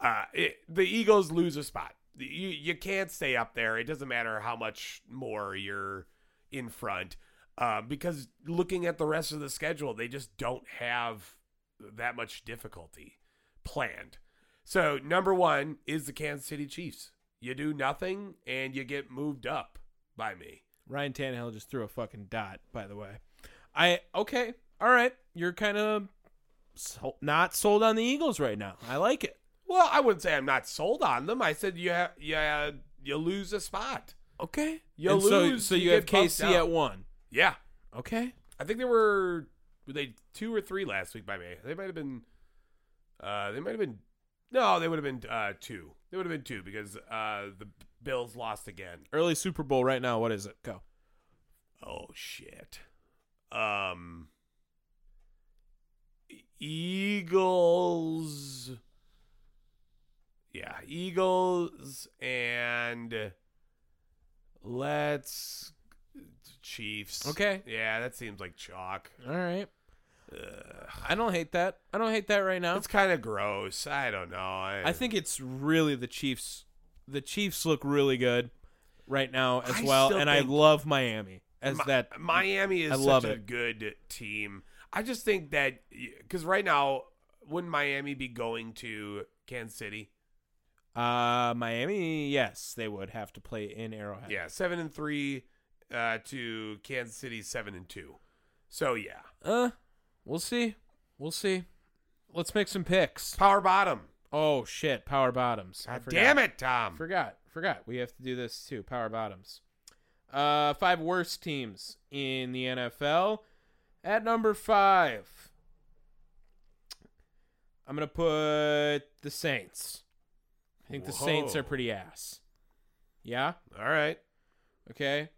Speaker 1: uh, it, the Eagles lose a spot. You you can't stay up there. It doesn't matter how much more you're in front, uh, because looking at the rest of the schedule, they just don't have that much difficulty planned. So number one is the Kansas City Chiefs. You do nothing and you get moved up by me.
Speaker 3: Ryan Tannehill just threw a fucking dot, by the way. I okay, all right. You're kind of so, not sold on the Eagles right now. I like it.
Speaker 1: Well, I wouldn't say I'm not sold on them. I said you ha- you ha- you lose a spot.
Speaker 3: Okay,
Speaker 1: You
Speaker 3: And so-
Speaker 1: lose,
Speaker 3: So,
Speaker 1: you
Speaker 3: you, have
Speaker 1: get bumped
Speaker 3: KC
Speaker 1: down.
Speaker 3: at one.
Speaker 1: Yeah,
Speaker 3: Okay,
Speaker 1: I think there were were they two or three last week by May. They might have been uh they might have been no, they would have been uh two. They would have been two because uh the Bills lost again.
Speaker 3: early Super Bowl right now. What is it? Go.
Speaker 1: Oh shit. Um Eagles Yeah, Eagles and let's Chiefs.
Speaker 3: Okay.
Speaker 1: Yeah, that seems like chalk.
Speaker 3: All right. I don't hate that. I don't hate that right now.
Speaker 1: It's kind of gross. I don't know. I,
Speaker 3: I think it's really the Chiefs. The Chiefs look really good right now as
Speaker 1: I
Speaker 3: well,
Speaker 1: still
Speaker 3: and I
Speaker 1: think-
Speaker 3: love Miami as
Speaker 1: Mi-
Speaker 3: that.
Speaker 1: Miami is
Speaker 3: I love
Speaker 1: such a
Speaker 3: it.
Speaker 1: good team. I just think that because right now, wouldn't Miami be going to Kansas City?
Speaker 3: Uh, Miami, yes, they would have to play in Arrowhead.
Speaker 1: Yeah, seven and three uh, to Kansas City, seven and two. So yeah,
Speaker 3: Uh, we'll see. We'll see. Let's make some picks.
Speaker 1: power bottom.
Speaker 3: Oh shit, power bottoms. I
Speaker 1: God
Speaker 3: forgot.
Speaker 1: damn it, Tom.
Speaker 3: Forgot. Forgot. We have to do this too. Power bottoms. Uh, five worst teams in the NFL. At number five, I'm gonna put the Saints. I think the Saints
Speaker 1: Whoa.
Speaker 3: are pretty ass. Yeah.
Speaker 1: All right,
Speaker 3: Okay.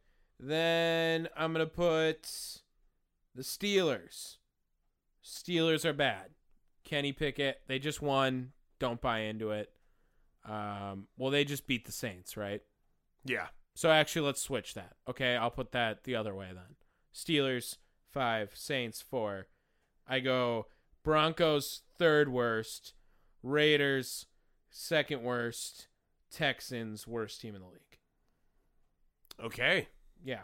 Speaker 3: Then I'm gonna put the Steelers. Steelers are bad. Kenny Pickett, they just won. Don't buy into it. Um, well, they just beat the Saints, right?
Speaker 1: yeah,
Speaker 3: So actually, let's switch that. Okay, I'll put that the other way then. Steelers five, Saints four. I go Broncos third worst, Raiders second worst, Texans worst team in the league.
Speaker 1: okay.
Speaker 3: Yeah.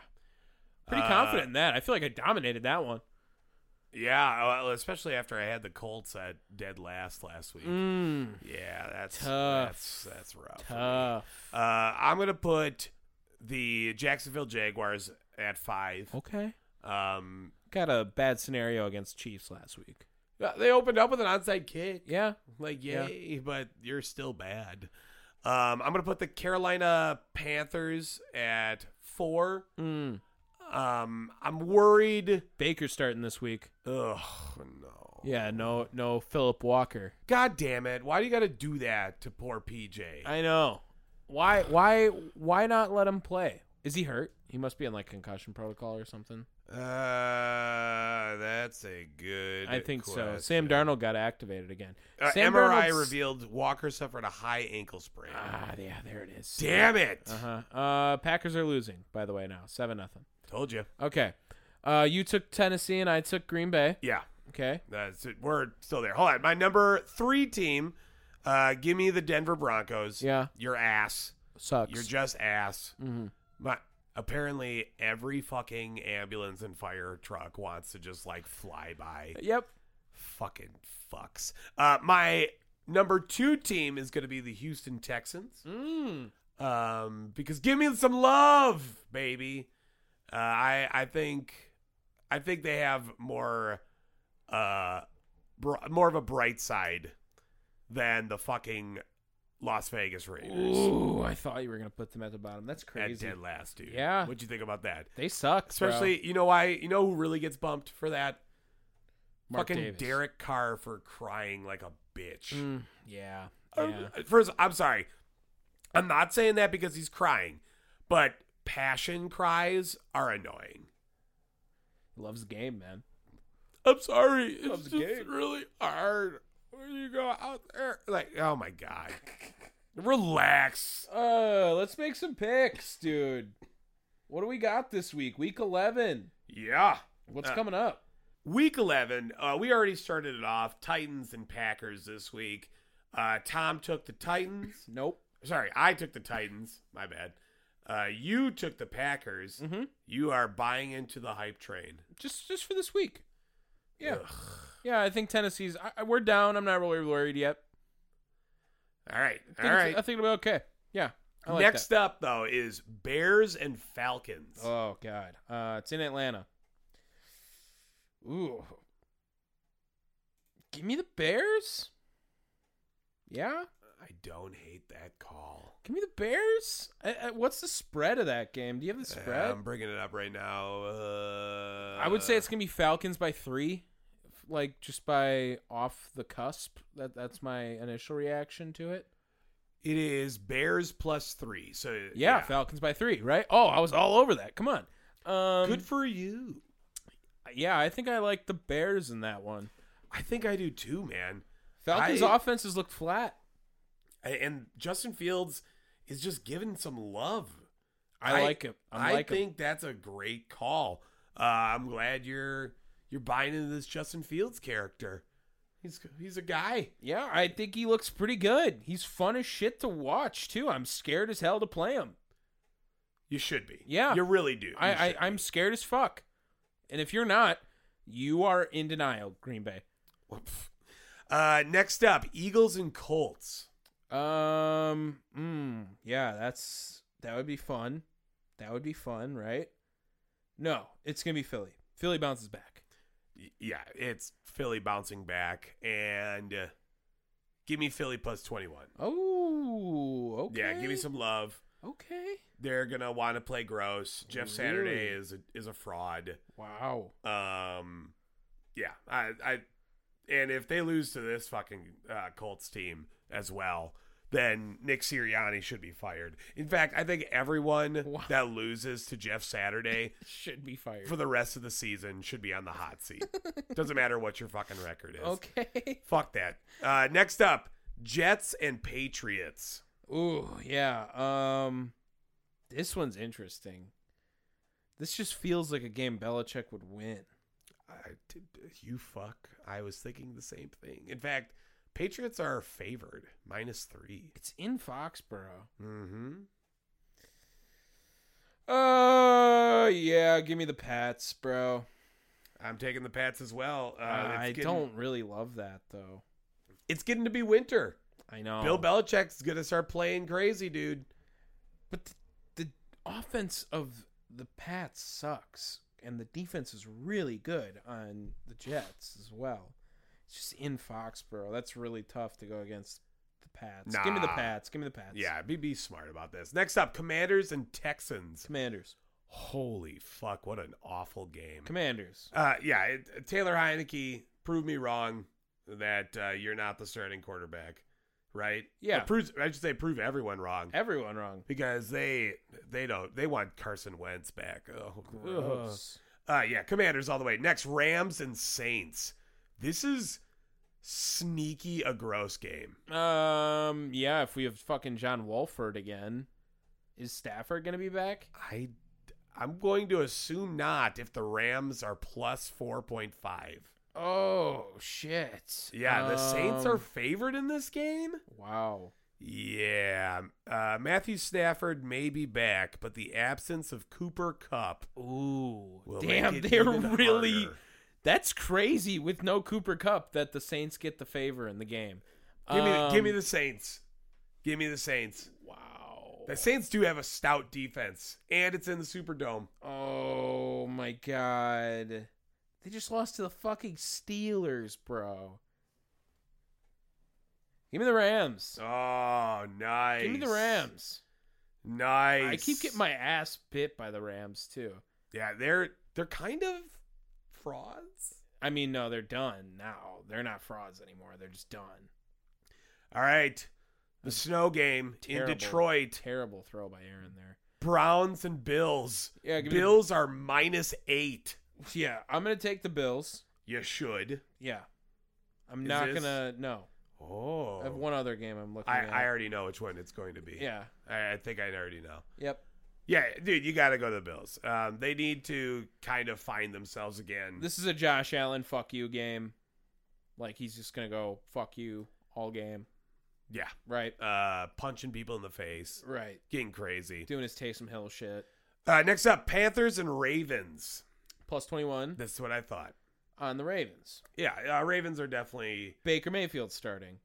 Speaker 3: Pretty
Speaker 1: Uh,
Speaker 3: confident in that. I feel like I dominated that one.
Speaker 1: Yeah, uh, well, especially after I had the Colts at dead last last week. hmm. Yeah, that's
Speaker 3: Mm. Tough.
Speaker 1: that's that's rough.
Speaker 3: Tough.
Speaker 1: Uh, I'm gonna put the Jacksonville Jaguars at five.
Speaker 3: Okay.
Speaker 1: Um,
Speaker 3: Got a bad scenario against Chiefs last week.
Speaker 1: uh, they opened up with an onside kick.
Speaker 3: Yeah.
Speaker 1: Like
Speaker 3: Yeah.
Speaker 1: yay, but you're still bad. Um, I'm gonna put the Carolina Panthers at four.
Speaker 3: Mm.
Speaker 1: Um, I'm worried.
Speaker 3: Baker starting this week.
Speaker 1: Ugh, no.
Speaker 3: Yeah, no no Philip Walker.
Speaker 1: God damn it! Why do you got to do that to poor PJ?
Speaker 3: I know. Why why why not let him play? Is he hurt? He must be on like concussion protocol or something.
Speaker 1: Uh, that's a good.
Speaker 3: I think so.
Speaker 1: question.
Speaker 3: Sam Darnold got activated again.
Speaker 1: Uh,
Speaker 3: Sam
Speaker 1: MRI
Speaker 3: Darnold's-
Speaker 1: revealed Walker suffered a high ankle sprain.
Speaker 3: Ah, yeah, there it is.
Speaker 1: Damn it!
Speaker 3: Uh-huh. Uh Packers are losing by the way now. 7 nothing.
Speaker 1: Told you.
Speaker 3: Okay. Uh you took Tennessee and I took Green Bay.
Speaker 1: Yeah,
Speaker 3: Okay.
Speaker 1: that's it. we're still there. Hold on, my number three team. Uh, give me the Denver Broncos.
Speaker 3: Yeah.
Speaker 1: your ass.
Speaker 3: Sucks. Mm-hmm.
Speaker 1: You're just ass. My apparently every fucking ambulance and fire truck wants to just like fly by.
Speaker 3: Yep.
Speaker 1: Fucking fucks. Uh, my number two team is going to be the Houston Texans.
Speaker 3: Mm.
Speaker 1: um, because give me some love, baby. Uh, I I think I think they have more uh br- more of a bright side than the fucking Las Vegas Raiders
Speaker 3: Ooh, I thought you were gonna put them at the bottom. That's
Speaker 1: at
Speaker 3: crazy.
Speaker 1: dead last, dude.
Speaker 3: Yeah.
Speaker 1: what'd you think about that?
Speaker 3: They suck, bro.
Speaker 1: Especially, you know why? You know who really gets bumped for that?
Speaker 3: Mark
Speaker 1: fucking
Speaker 3: Davis.
Speaker 1: Derek Carr for crying like a bitch.
Speaker 3: Mm, yeah,
Speaker 1: Uh,
Speaker 3: yeah.
Speaker 1: First, I'm sorry. I'm not saying that because he's crying, but passion cries are annoying.
Speaker 3: Loves the game, man.
Speaker 1: I'm sorry. It's
Speaker 3: Loves the
Speaker 1: just
Speaker 3: game.
Speaker 1: really hard when you go out there. Like, oh my god, relax.
Speaker 3: Uh, let's make some picks, dude. What do we got this week? Week eleven.
Speaker 1: Yeah.
Speaker 3: What's
Speaker 1: Uh,
Speaker 3: coming up?
Speaker 1: Week 11, uh, we already started it off. Titans and Packers this week. Uh, Tom took the Titans.
Speaker 3: Nope.
Speaker 1: Sorry, I took the Titans. My bad. Uh, you took the Packers.
Speaker 3: Mhm.
Speaker 1: You are buying into the hype train.
Speaker 3: Just just for this week. Yeah, yeah. I think Tennessee's. I, I- we're down. I'm not really worried yet.
Speaker 1: All right.
Speaker 3: I
Speaker 1: All
Speaker 3: think it's-
Speaker 1: right.
Speaker 3: I think it'll be okay. Yeah. I like
Speaker 1: Next
Speaker 3: that.
Speaker 1: up, though, is Bears and Falcons.
Speaker 3: Oh God. Uh, it's in Atlanta. Ooh. Give me the Bears. Yeah.
Speaker 1: I don't hate that call.
Speaker 3: Give me the Bears. I, I, what's the spread of that game? Do you have the spread?
Speaker 1: I'm bringing it up right now. Uh,
Speaker 3: I would say it's gonna be Falcons by three, F- like just by off the cusp. That that's my initial reaction to it.
Speaker 1: It is Bears plus three. So
Speaker 3: Yeah, Falcons by three, right? Oh, I was all over that. Come on. Um,
Speaker 1: Good for you.
Speaker 3: yeah, I think I like the Bears in that one.
Speaker 1: I think I do too, man.
Speaker 3: Falcons'
Speaker 1: I-
Speaker 3: offense has looked flat.
Speaker 1: And Justin Fields is just giving some love.
Speaker 3: I, like it.
Speaker 1: I
Speaker 3: I, like 'em.
Speaker 1: think that's a great call. Uh, I'm glad you're you're buying into this Justin Fields character. He's he's a guy.
Speaker 3: Yeah, I think he looks pretty good. He's fun as shit to watch too. I'm scared as hell to play him.
Speaker 1: You should be.
Speaker 3: Yeah.
Speaker 1: you really do. You
Speaker 3: I, I
Speaker 1: should
Speaker 3: I'm
Speaker 1: be.
Speaker 3: scared as fuck. And if you're not, you are in denial, Green Bay.
Speaker 1: Uh, next up, Eagles and Colts.
Speaker 3: Um, mm, yeah, that's that would be fun. That would be fun, right? No, it's gonna be Philly. Philly bounces back.
Speaker 1: Y- Yeah, it's Philly bouncing back, and uh, give me Philly plus twenty one.
Speaker 3: Oh, okay.
Speaker 1: Yeah, give me some love.
Speaker 3: Okay.
Speaker 1: They're gonna want to play gross. Jeff Saturday
Speaker 3: Really?
Speaker 1: is a, is a fraud.
Speaker 3: Wow.
Speaker 1: Um, yeah, I, I, and if they lose to this fucking uh, Colts team as well, then Nick Sirianni should be fired. In fact, I think everyone
Speaker 3: Wow.
Speaker 1: that loses to Jeff Saturday
Speaker 3: Should be fired.
Speaker 1: for the rest of the season should be on the hot seat. Doesn't matter what your fucking record is.
Speaker 3: okay.
Speaker 1: Fuck that. Uh, next up, Jets and Patriots.
Speaker 3: Ooh, yeah. Um, this one's interesting. This just feels like a game Belichick would win.
Speaker 1: I, did- you fuck. I was thinking the same thing. In fact, Patriots are favored minus three.
Speaker 3: It's in Foxborough.
Speaker 1: Mm-hmm.
Speaker 3: Uh,
Speaker 4: Oh, yeah. Give me the Pats, bro.
Speaker 1: I'm taking the Pats as well. Uh,
Speaker 3: Uh,
Speaker 1: it's
Speaker 3: I
Speaker 1: getting-
Speaker 3: don't really love that though.
Speaker 1: It's getting to be winter.
Speaker 3: I know.
Speaker 1: Bill Belichick's gonna start playing crazy, dude.
Speaker 3: But the, the offense of the Pats sucks, and the defense is really good on the Jets as well. It's just in Foxborough. That's really tough to go against the Pats. Give me the
Speaker 1: Nah.
Speaker 3: Pats. Give me the Pats.
Speaker 1: Yeah, be be smart about this. Next up, Commanders and Texans.
Speaker 3: Commanders.
Speaker 1: Holy fuck! What an awful game.
Speaker 3: Commanders.
Speaker 1: Uh, yeah, it, Taylor Heineke proved me wrong that uh, you're not the starting quarterback, right?
Speaker 3: Yeah.
Speaker 1: It proves, I should say prove everyone wrong
Speaker 3: Everyone wrong.
Speaker 1: because they they don't they want Carson Wentz back. Oh, gross.
Speaker 3: Gross.
Speaker 1: Uh, yeah, Commanders all the way. Next, Rams and Saints. This is sneaky a gross game.
Speaker 3: Um. Yeah. If we have fucking John Walford again, is Stafford gonna be back?
Speaker 1: I I'm going to assume not if the Rams are plus four point five.
Speaker 3: Oh shit.
Speaker 1: Yeah, the Saints are
Speaker 3: Um,
Speaker 1: favored in this game.
Speaker 3: Wow.
Speaker 1: Yeah. Uh, Matthew Stafford may be back, but the absence of Cooper Cup.
Speaker 3: Ooh,
Speaker 1: will
Speaker 3: damn,
Speaker 1: make it
Speaker 3: they're
Speaker 1: even
Speaker 3: really.
Speaker 1: harder.
Speaker 3: That's crazy with no Cooper Cup that the Saints get the favor in the game.
Speaker 1: Give me,
Speaker 3: Um,
Speaker 1: give me the Saints. Give me the Saints.
Speaker 3: Wow.
Speaker 1: The Saints do have a stout defense, and it's in the Superdome.
Speaker 3: Oh my god. They just lost to the fucking Steelers, bro. Give me the Rams.
Speaker 1: Oh, nice.
Speaker 3: Give me the Rams.
Speaker 1: Nice.
Speaker 3: I keep getting my ass bit by the Rams too.
Speaker 1: Yeah, they're they're kind of frauds.
Speaker 3: I mean, no, they're done now. They're not frauds anymore. They're just done.
Speaker 1: All right. The snow game
Speaker 3: Terrible-
Speaker 1: in Detroit.
Speaker 3: Terrible throw by Aaron there.
Speaker 1: Browns and Bills.
Speaker 3: Yeah, give me the-
Speaker 1: Bills are minus eight.
Speaker 3: Yeah, I'm gonna take the Bills.
Speaker 1: You should.
Speaker 3: Yeah, I'm
Speaker 1: Is
Speaker 3: not
Speaker 1: this-
Speaker 3: gonna. No,
Speaker 1: Oh.
Speaker 3: I have one other game I'm looking
Speaker 1: I,
Speaker 3: at.
Speaker 1: I already know which one it's going to be.
Speaker 3: yeah.
Speaker 1: I, I think I already know.
Speaker 3: Yep.
Speaker 1: Yeah, dude, you got to go to the Bills. Um, they need to kind of find themselves again.
Speaker 3: This is a Josh Allen fuck you game. Like he's just gonna go fuck you all game.
Speaker 1: yeah.
Speaker 3: Right.
Speaker 1: Uh, punching people in the face,
Speaker 3: Right.
Speaker 1: getting crazy.
Speaker 3: Doing his Taysom Hill shit.
Speaker 1: Uh, next up, Panthers and Ravens.
Speaker 3: Plus twenty one
Speaker 1: That's what I thought.
Speaker 3: on the Ravens.
Speaker 1: Yeah, uh, Ravens are definitely
Speaker 3: Baker Mayfield starting.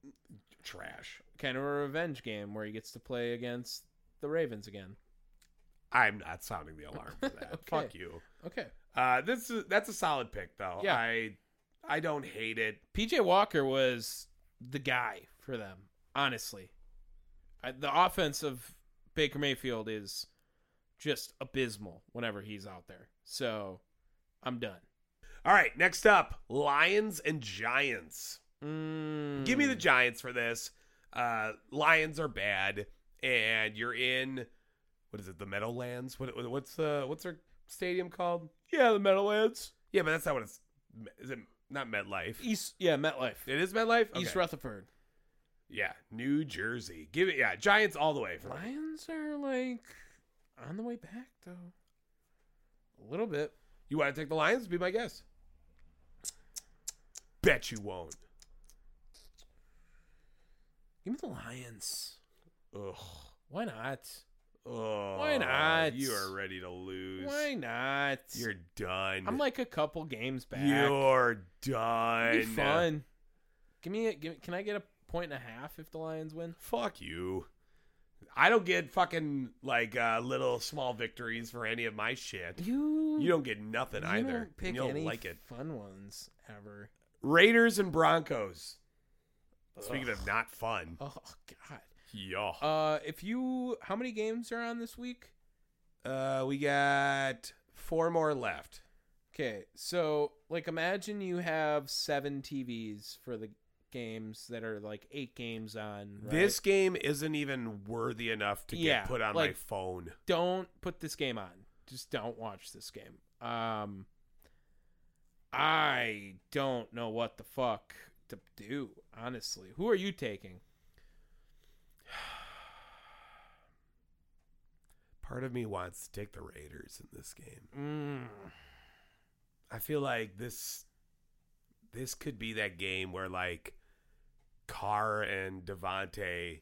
Speaker 1: trash.
Speaker 3: Kind of a revenge game where he gets to play against the Ravens again.
Speaker 1: I'm not sounding the alarm for that.
Speaker 3: Okay.
Speaker 1: Fuck you.
Speaker 3: Okay.
Speaker 1: Uh, this is that's a solid pick though.
Speaker 3: Yeah.
Speaker 1: I I don't hate it.
Speaker 3: PJ Walker was the guy for them, honestly. I, the offense of Baker Mayfield is just abysmal whenever he's out there. So I'm done.
Speaker 1: All right, next up, Lions and Giants.
Speaker 3: Mm.
Speaker 1: Give me the Giants for this. Uh, Lions are bad, and you're in what is it? The Meadowlands. What what- what's uh what's their stadium called?
Speaker 3: yeah, the Meadowlands.
Speaker 1: Yeah, but that's not what it's. Is it not MetLife?
Speaker 3: East, yeah, MetLife,
Speaker 1: It is MetLife. Okay.
Speaker 3: East Rutherford.
Speaker 1: Yeah, New Jersey. Give it. Yeah, Giants all the way. For me.
Speaker 3: Lions are like on the way back though, a little bit.
Speaker 1: You want to take the Lions? Be my guess. Bet you won't.
Speaker 3: Give me the Lions.
Speaker 1: Ugh.
Speaker 3: Why not?
Speaker 1: Oh,
Speaker 3: not?
Speaker 1: You are ready to lose.
Speaker 3: Why not?
Speaker 1: You're done.
Speaker 3: I'm like a couple games back.
Speaker 1: You're
Speaker 3: It'd
Speaker 1: done.
Speaker 3: be fun. Give me a. Give, me- can I get a point and a half if the Lions win?
Speaker 1: Fuck you. I don't get fucking like uh, little small victories for any of my shit.
Speaker 3: You.
Speaker 1: You don't get nothing either. and
Speaker 3: pick
Speaker 1: you don't
Speaker 3: any
Speaker 1: like it.
Speaker 3: fun ones ever.
Speaker 1: Raiders and Broncos. Speaking of not fun.
Speaker 3: Oh God.
Speaker 1: Yeah.
Speaker 3: Uh, if you, how many games are on this week?
Speaker 1: Uh, we got four more left.
Speaker 3: Okay, so like imagine you have seven TVs for the games that are like eight games on. Right?
Speaker 1: This game isn't even worthy enough to get
Speaker 3: Yeah,
Speaker 1: put on my
Speaker 3: like-
Speaker 1: phone.
Speaker 3: don't put this game on. Just don't watch this game. Um I don't know what the fuck to do, honestly. Who are you taking?
Speaker 1: Part of me wants to take the Raiders in this game.
Speaker 3: Mm.
Speaker 1: I feel like this this could be that game where like Carr and Devontae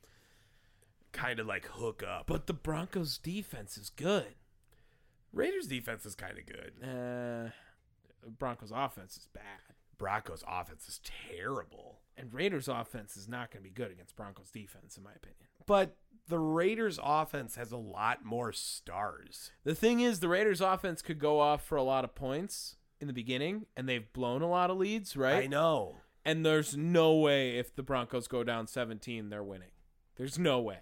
Speaker 1: kind of like hook up.
Speaker 3: But the Broncos defense is good.
Speaker 1: Raiders defense is kind of good.
Speaker 3: Uh, Broncos offense is bad,
Speaker 1: Broncos offense is terrible.
Speaker 3: and Raiders offense is not going to be good against Broncos defense, in my opinion.
Speaker 1: But the Raiders offense has a lot more stars.
Speaker 3: The thing is, the Raiders offense could go off for a lot of points in the beginning, and they've blown a lot of leads, right?
Speaker 1: I know.
Speaker 3: And there's no way if the Broncos go down 17, they're winning. There's no way.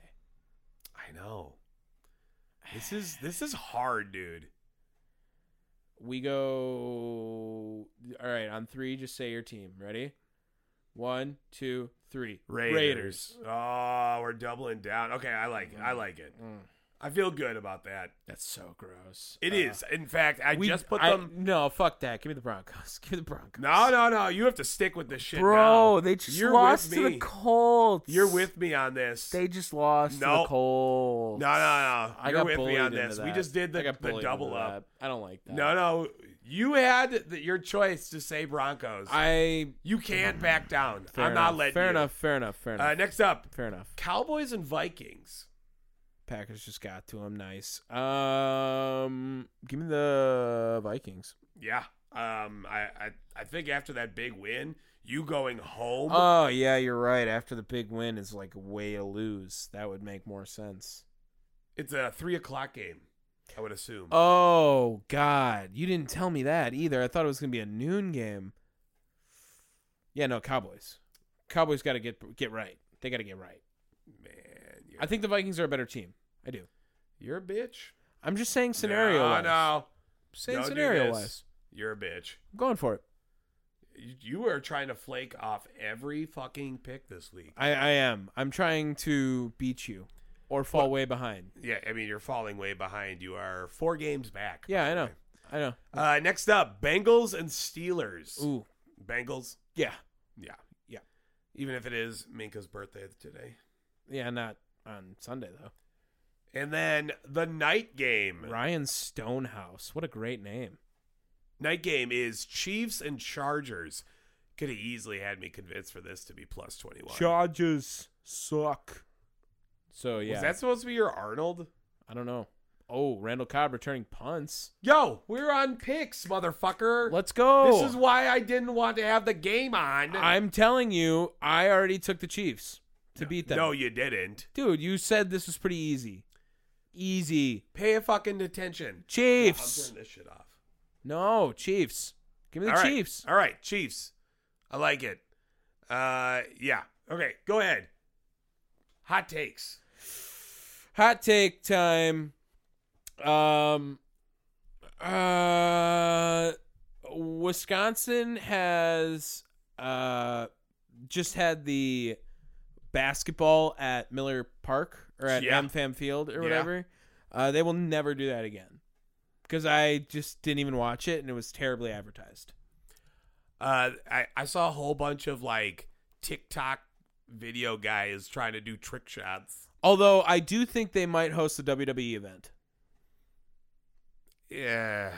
Speaker 1: I know. This is this is hard, dude.
Speaker 3: We go. All right, on three, just say your team. Ready? One, two, three.
Speaker 1: Raiders. Oh, we're doubling down. Okay, I like it. I like it. I feel good about that.
Speaker 3: That's so gross.
Speaker 1: It
Speaker 3: Uh,
Speaker 1: is. In fact, I
Speaker 3: we
Speaker 1: just put
Speaker 3: I-
Speaker 1: them.
Speaker 3: no, fuck that. Give me the Broncos. Give me the Broncos.
Speaker 1: No, no, no. You have to stick with this shit,
Speaker 5: Bro,
Speaker 1: now.
Speaker 5: they just
Speaker 1: You're
Speaker 5: lost
Speaker 1: with
Speaker 5: to the
Speaker 1: me.
Speaker 5: Colts.
Speaker 1: You're with me on this.
Speaker 5: They just lost to
Speaker 1: Nope.
Speaker 5: the Colts.
Speaker 1: no, no, no.
Speaker 3: I
Speaker 1: You're
Speaker 3: got
Speaker 1: with
Speaker 3: bullied
Speaker 1: me on
Speaker 3: into
Speaker 1: this.
Speaker 3: That.
Speaker 1: We just did
Speaker 3: I
Speaker 1: the,
Speaker 3: got
Speaker 1: the
Speaker 3: bullied
Speaker 1: double
Speaker 3: into
Speaker 1: up.
Speaker 3: that. I don't like that.
Speaker 1: No, no. You had the, your choice to say Broncos.
Speaker 3: I
Speaker 1: you can't back down.
Speaker 3: fair
Speaker 1: I'm
Speaker 3: enough.
Speaker 1: not letting
Speaker 3: Fair
Speaker 1: you.
Speaker 3: enough. Fair enough. Fair enough.
Speaker 1: Uh, next up,
Speaker 3: fair enough.
Speaker 1: Cowboys and Vikings.
Speaker 3: Packers just got to him. Nice. Um, give me the Vikings.
Speaker 1: Yeah. Um. I, I. I think after that big win, you going home.
Speaker 3: Oh yeah, you're right. After the big win is like way to lose. That would make more sense.
Speaker 1: it's a three o'clock game. I would assume.
Speaker 3: Oh God, you didn't tell me that either. I thought it was gonna be a noon game. Yeah, no Cowboys. Cowboys got to get get right. They got to get right.
Speaker 1: Man, you're,
Speaker 3: I think the Vikings are a better team. I do.
Speaker 1: you're a bitch.
Speaker 3: I'm just saying scenario wise.
Speaker 1: No, no.
Speaker 3: Saying
Speaker 1: Don't do
Speaker 3: scenario
Speaker 1: this.
Speaker 3: wise.
Speaker 1: You're a bitch.
Speaker 3: I'm going for it.
Speaker 1: You- You are trying to flake off every fucking pick this week.
Speaker 3: I, I am. I'm trying to beat you or fall way behind.
Speaker 1: Yeah, I mean you're falling way behind. You are four games back.
Speaker 3: Yeah, I know. I know.
Speaker 1: Uh, next up, Bengals and Steelers.
Speaker 3: Ooh.
Speaker 1: Bengals.
Speaker 3: Yeah.
Speaker 1: Yeah,
Speaker 3: Yeah.
Speaker 1: even if it is Minka's birthday today.
Speaker 3: Yeah, not on Sunday though.
Speaker 1: And then the night game.
Speaker 3: Ryan Stonehouse. What a great name.
Speaker 1: Night game is Chiefs and Chargers. Could have easily had me convinced for this to be plus twenty one.
Speaker 3: Charges suck. So yeah.
Speaker 1: Was that supposed to be your Arnold?
Speaker 3: I don't know. Oh, Randall Cobb returning punts.
Speaker 1: Yo, we're on picks, motherfucker.
Speaker 3: Let's go.
Speaker 1: This is why I didn't want to have the game on.
Speaker 3: I'm telling you, I already took the Chiefs to beat them.
Speaker 1: No, you didn't.
Speaker 3: Dude, you said this was pretty easy. Easy.
Speaker 1: Pay a fucking attention. I'm
Speaker 3: Chiefs.
Speaker 1: turning this shit off.
Speaker 3: No, Chiefs. Give me the
Speaker 1: All right.
Speaker 3: Chiefs.
Speaker 1: All right, Chiefs. I like it. Uh, yeah. Okay, go ahead. Hot takes.
Speaker 3: Hot take time. Um uh Wisconsin has uh just had the basketball at Miller Park or at
Speaker 1: Yeah.
Speaker 3: MFAM Field or
Speaker 1: Yeah.
Speaker 3: whatever. Uh they will never do that again. Cuz I just didn't even watch it and it was terribly advertised.
Speaker 1: Uh, I I saw a whole bunch of like TikTok video guys trying to do trick shots.
Speaker 3: Although I do think they might host a WWE event.
Speaker 1: Yeah.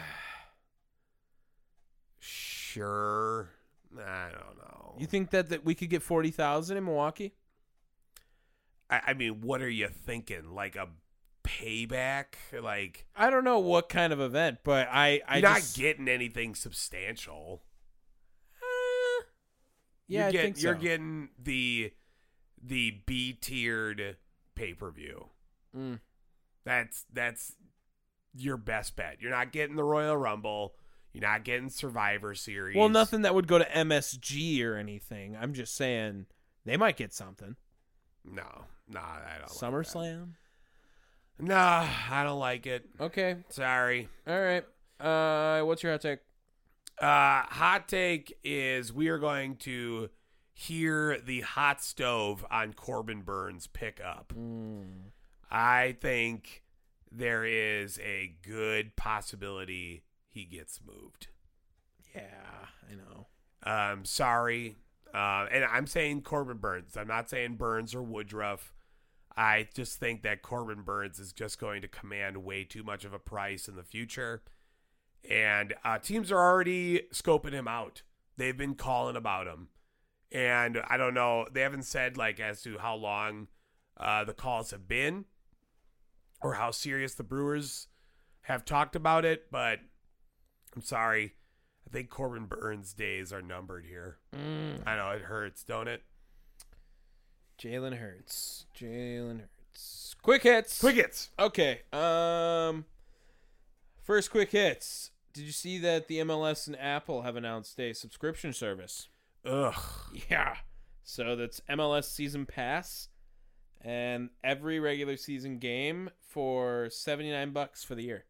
Speaker 1: Sure. I don't know.
Speaker 3: You think that, that we could get 40,000 in Milwaukee?
Speaker 1: I, I mean, what are you thinking? Like a payback? Like
Speaker 3: I don't know what kind of event, but I I
Speaker 1: you're not
Speaker 3: just,
Speaker 1: getting anything substantial.
Speaker 3: yeah,
Speaker 1: you're
Speaker 3: I
Speaker 1: getting,
Speaker 3: think so.
Speaker 1: you're getting the the B tiered pay per view.
Speaker 3: Mm.
Speaker 1: That's that's your best bet. You're not getting the Royal Rumble. You're not getting Survivor Series.
Speaker 3: well, nothing that would go to MSG or anything. I'm just saying they might get something.
Speaker 1: No, no, I don't. Like
Speaker 3: SummerSlam.
Speaker 1: that. Nah, I don't like it.
Speaker 3: okay,
Speaker 1: Sorry.
Speaker 3: all right. Uh, what's your hot take?
Speaker 1: Uh, hot take is we are going to hear the hot stove on Corbin Burns pick up.
Speaker 3: Hmm.
Speaker 1: I think there is a good possibility he gets moved.
Speaker 3: Yeah, I know.
Speaker 1: Um, sorry. Uh, and I'm saying Corbin Burns. I'm not saying Burns or Woodruff. I just think that Corbin Burns is just going to command way too much of a price in the future. And uh, teams are already scoping him out. They've been calling about him. And I don't know. They haven't said, like, as to how long uh, the calls have been or how serious the Brewers have talked about it, but I'm sorry. I think Corbin Burns' days are numbered here.
Speaker 3: Mm.
Speaker 1: I know it hurts, don't it?
Speaker 3: Jalen Hurts. Jalen Hurts. Quick hits.
Speaker 1: Quick hits.
Speaker 3: Okay. Um. First quick hits. Did you see that the MLS and Apple have announced a subscription service?
Speaker 1: Ugh.
Speaker 3: Yeah. So that's MLS Season Pass, and every regular season game for seventy nine bucks for the year.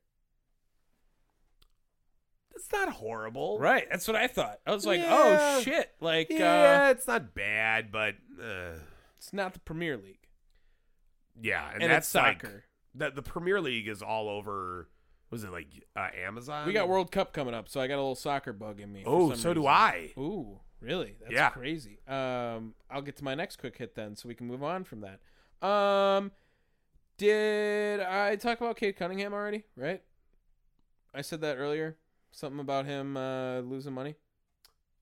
Speaker 1: That's not horrible.
Speaker 3: Right. That's what I thought. I was like,
Speaker 1: Yeah.
Speaker 3: oh shit! Like,
Speaker 1: Yeah,
Speaker 3: uh,
Speaker 1: it's not bad, but uh,
Speaker 3: it's not the Premier League,
Speaker 1: yeah, and,
Speaker 3: and,
Speaker 1: that's
Speaker 3: it's soccer.
Speaker 1: Like, that the Premier League is all over. Was it like uh, Amazon?
Speaker 3: we got World Cup coming up, so I got a little soccer bug in me. for
Speaker 1: Oh,
Speaker 3: some
Speaker 1: so do
Speaker 3: reason.
Speaker 1: I.
Speaker 3: Ooh, really? That's
Speaker 1: Yeah.
Speaker 3: crazy. Um, I'll get to my next quick hit then, so we can move on from that. Um, did I talk about Cade Cunningham already? Right? I said that earlier. Something about him uh, losing money.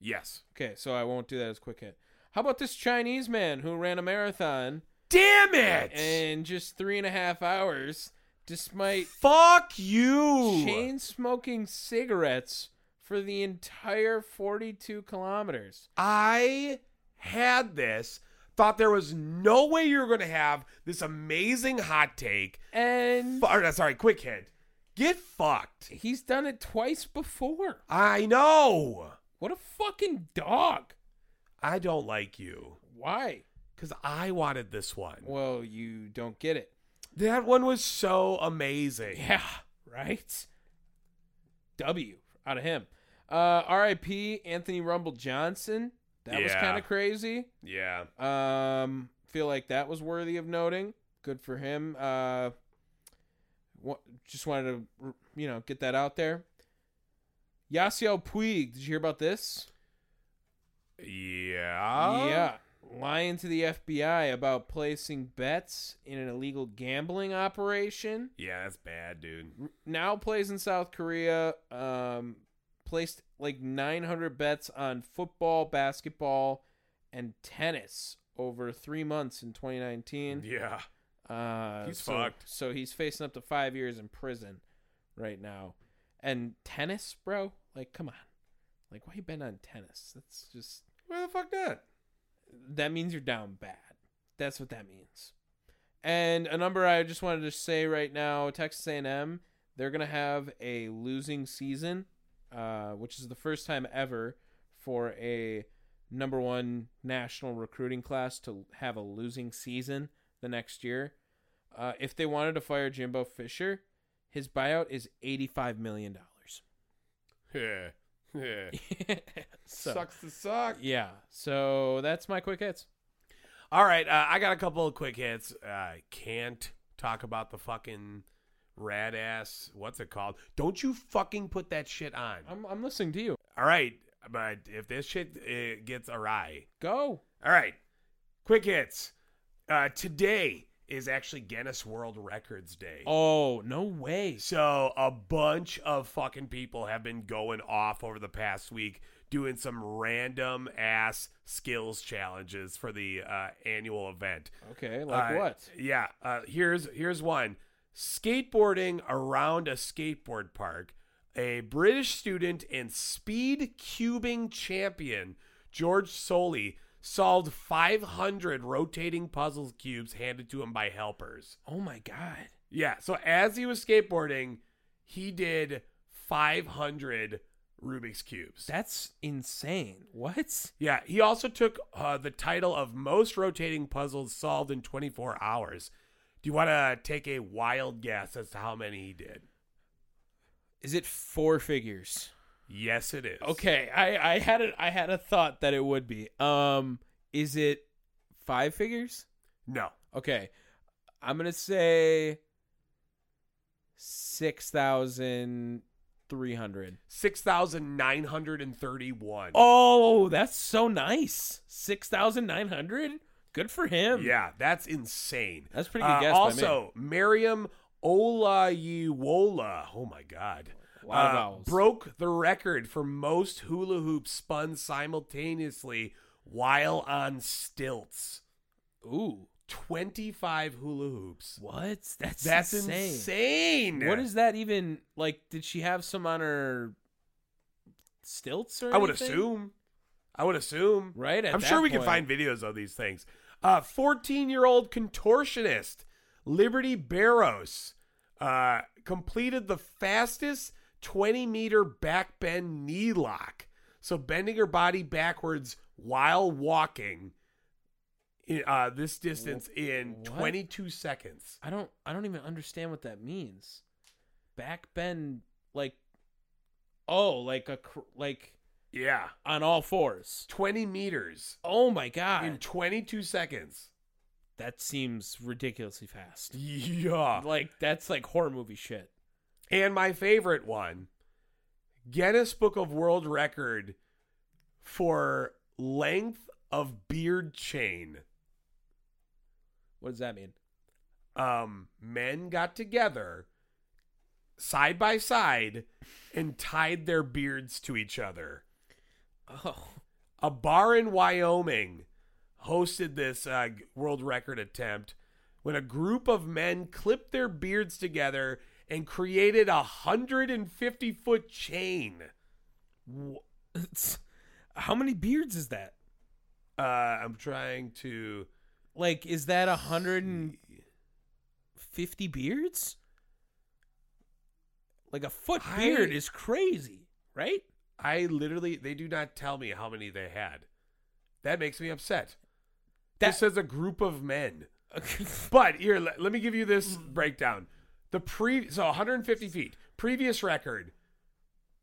Speaker 1: Yes.
Speaker 3: Okay, so I won't do that as a quick hit. How about this Chinese man who ran a marathon
Speaker 1: Damn it!
Speaker 3: in just three and a half hours, despite
Speaker 1: Fuck you.
Speaker 3: chain smoking cigarettes for the entire forty-two kilometers?
Speaker 1: I had this. Thought there was no way you were going to have this amazing hot take.
Speaker 3: And
Speaker 1: Fu- or, uh, sorry, quick hit. Get fucked.
Speaker 3: He's done it twice before.
Speaker 1: I know.
Speaker 3: What a fucking dog.
Speaker 1: I don't like you
Speaker 3: Why?
Speaker 1: because I wanted this one.
Speaker 3: Well, you don't get it.
Speaker 1: That one was so amazing.
Speaker 3: Yeah, right? W out of him. Uh RIP Anthony Rumble Johnson. That was
Speaker 1: Yeah.
Speaker 3: kind of crazy.
Speaker 1: Yeah.
Speaker 3: Um feel like that was worthy of noting. Good for him. Uh wa- just wanted to you know, get that out there. Yasiel Puig, did you hear about this?
Speaker 1: Yeah.
Speaker 3: yeah. Lying to the FBI about placing bets in an illegal gambling operation.
Speaker 1: Yeah, that's bad, dude.
Speaker 3: Now plays in South Korea. Um, placed like 900 bets on football, basketball, and tennis over three months in 2019.
Speaker 1: Yeah.
Speaker 3: Uh,
Speaker 1: He's
Speaker 3: so-
Speaker 1: fucked.
Speaker 3: So he's facing up to five years in prison right now. And tennis, bro? Like, come on. Like, why you been on tennis? That's just
Speaker 1: Where the fuck that?
Speaker 3: that means you're down bad. That's what that means. And a number I just wanted to say right now, Texas A&M, they're going to have a losing season, uh, which is the first time ever for a number one national recruiting class to have a losing season the next year. Uh, if they wanted to fire Jimbo Fisher, his buyout is $85 million.
Speaker 1: Yeah. Yeah.
Speaker 3: So,
Speaker 1: Sucks to suck.
Speaker 3: Yeah. So that's my quick hits.
Speaker 1: All right, uh, I got a couple of quick hits. Uh, can't talk about the fucking rad ass. What's it called? Don't you fucking put that shit on.
Speaker 3: I'm, I'm listening to you.
Speaker 1: All right, but if this shit uh gets awry,
Speaker 3: Go.
Speaker 1: all right, quick hits. Uh, today is actually Guinness World Records Day.
Speaker 3: Oh, no way.
Speaker 1: So a bunch of fucking people have been going off over the past week doing some random ass skills challenges for the uh, annual event.
Speaker 3: Okay, like
Speaker 1: Uh,
Speaker 3: what?
Speaker 1: Yeah. Uh, here's here's one. Skateboarding around a skateboard park. A British student and speed cubing champion, George Soley, solved 500 rotating puzzle cubes handed to him by helpers.
Speaker 3: Oh my god.
Speaker 1: Yeah. So as he was skateboarding, he did 500 Rubik's cubes.
Speaker 3: That's insane. What?
Speaker 1: Yeah, he also took uh, the title of most rotating puzzles solved in 24 hours. Do you want to take a wild guess as to how many he did?
Speaker 3: Is it four figures?
Speaker 1: Yes, it is.
Speaker 3: Okay, I I had it I had a thought that it would be. Um is it five figures?
Speaker 1: No.
Speaker 3: Okay. I'm going to say 6,300.
Speaker 1: 6,931.
Speaker 3: Oh, that's so nice. 6,900? Good for him.
Speaker 1: Yeah, that's insane.
Speaker 3: That's a pretty good
Speaker 1: Uh,
Speaker 3: guess by me.
Speaker 1: Also, Miriam Olayiwola. Oh my God.
Speaker 3: A lot of
Speaker 1: uh,
Speaker 3: vowels.
Speaker 1: broke the record for most hula hoops spun simultaneously while on stilts.
Speaker 3: Ooh.
Speaker 1: 25 hula hoops.
Speaker 3: What? That's
Speaker 1: That's
Speaker 3: insane.
Speaker 1: insane.
Speaker 3: What is that even like? Did she have some on her stilts or?
Speaker 1: I would
Speaker 3: anything?
Speaker 1: assume. I would assume.
Speaker 3: Right, at
Speaker 1: I'm
Speaker 3: that
Speaker 1: sure we can
Speaker 3: point.
Speaker 1: find videos of these things. Uh, 14 year old contortionist Liberty Barros uh, completed the fastest 20 meter back bend knee lock. So bending her body backwards while walking i- uh, this distance in
Speaker 3: What?
Speaker 1: 22 seconds.
Speaker 3: I don't. I don't even understand what that means. Back bend like, oh, like a cr- like
Speaker 1: Yeah.
Speaker 3: on all fours.
Speaker 1: 20 meters
Speaker 3: Oh my
Speaker 1: in
Speaker 3: god,
Speaker 1: 22 seconds.
Speaker 3: that seems ridiculously fast.
Speaker 1: Yeah.
Speaker 3: Like that's like horror movie shit.
Speaker 1: And my favorite one, Guinness Book of World Record for length of beard chain.
Speaker 3: What does that mean?
Speaker 1: Um, men got together side by side and tied their beards to each other.
Speaker 3: Oh,
Speaker 1: A bar in Wyoming hosted this uh, g- world record attempt when a group of men clipped their beards together and created a 150 foot chain.
Speaker 3: how many beards is that?
Speaker 1: Uh, I'm trying to.
Speaker 3: Like, is that a hundred and fifty beards? Like a foot
Speaker 1: I-
Speaker 3: beard is crazy, right?
Speaker 1: I literally, they do not tell me how many they had. That makes me upset.
Speaker 3: That
Speaker 1: This says a group of men. But here, let, let me give you this
Speaker 3: Hmm.
Speaker 1: breakdown. The pre, so 150 feet. Previous record,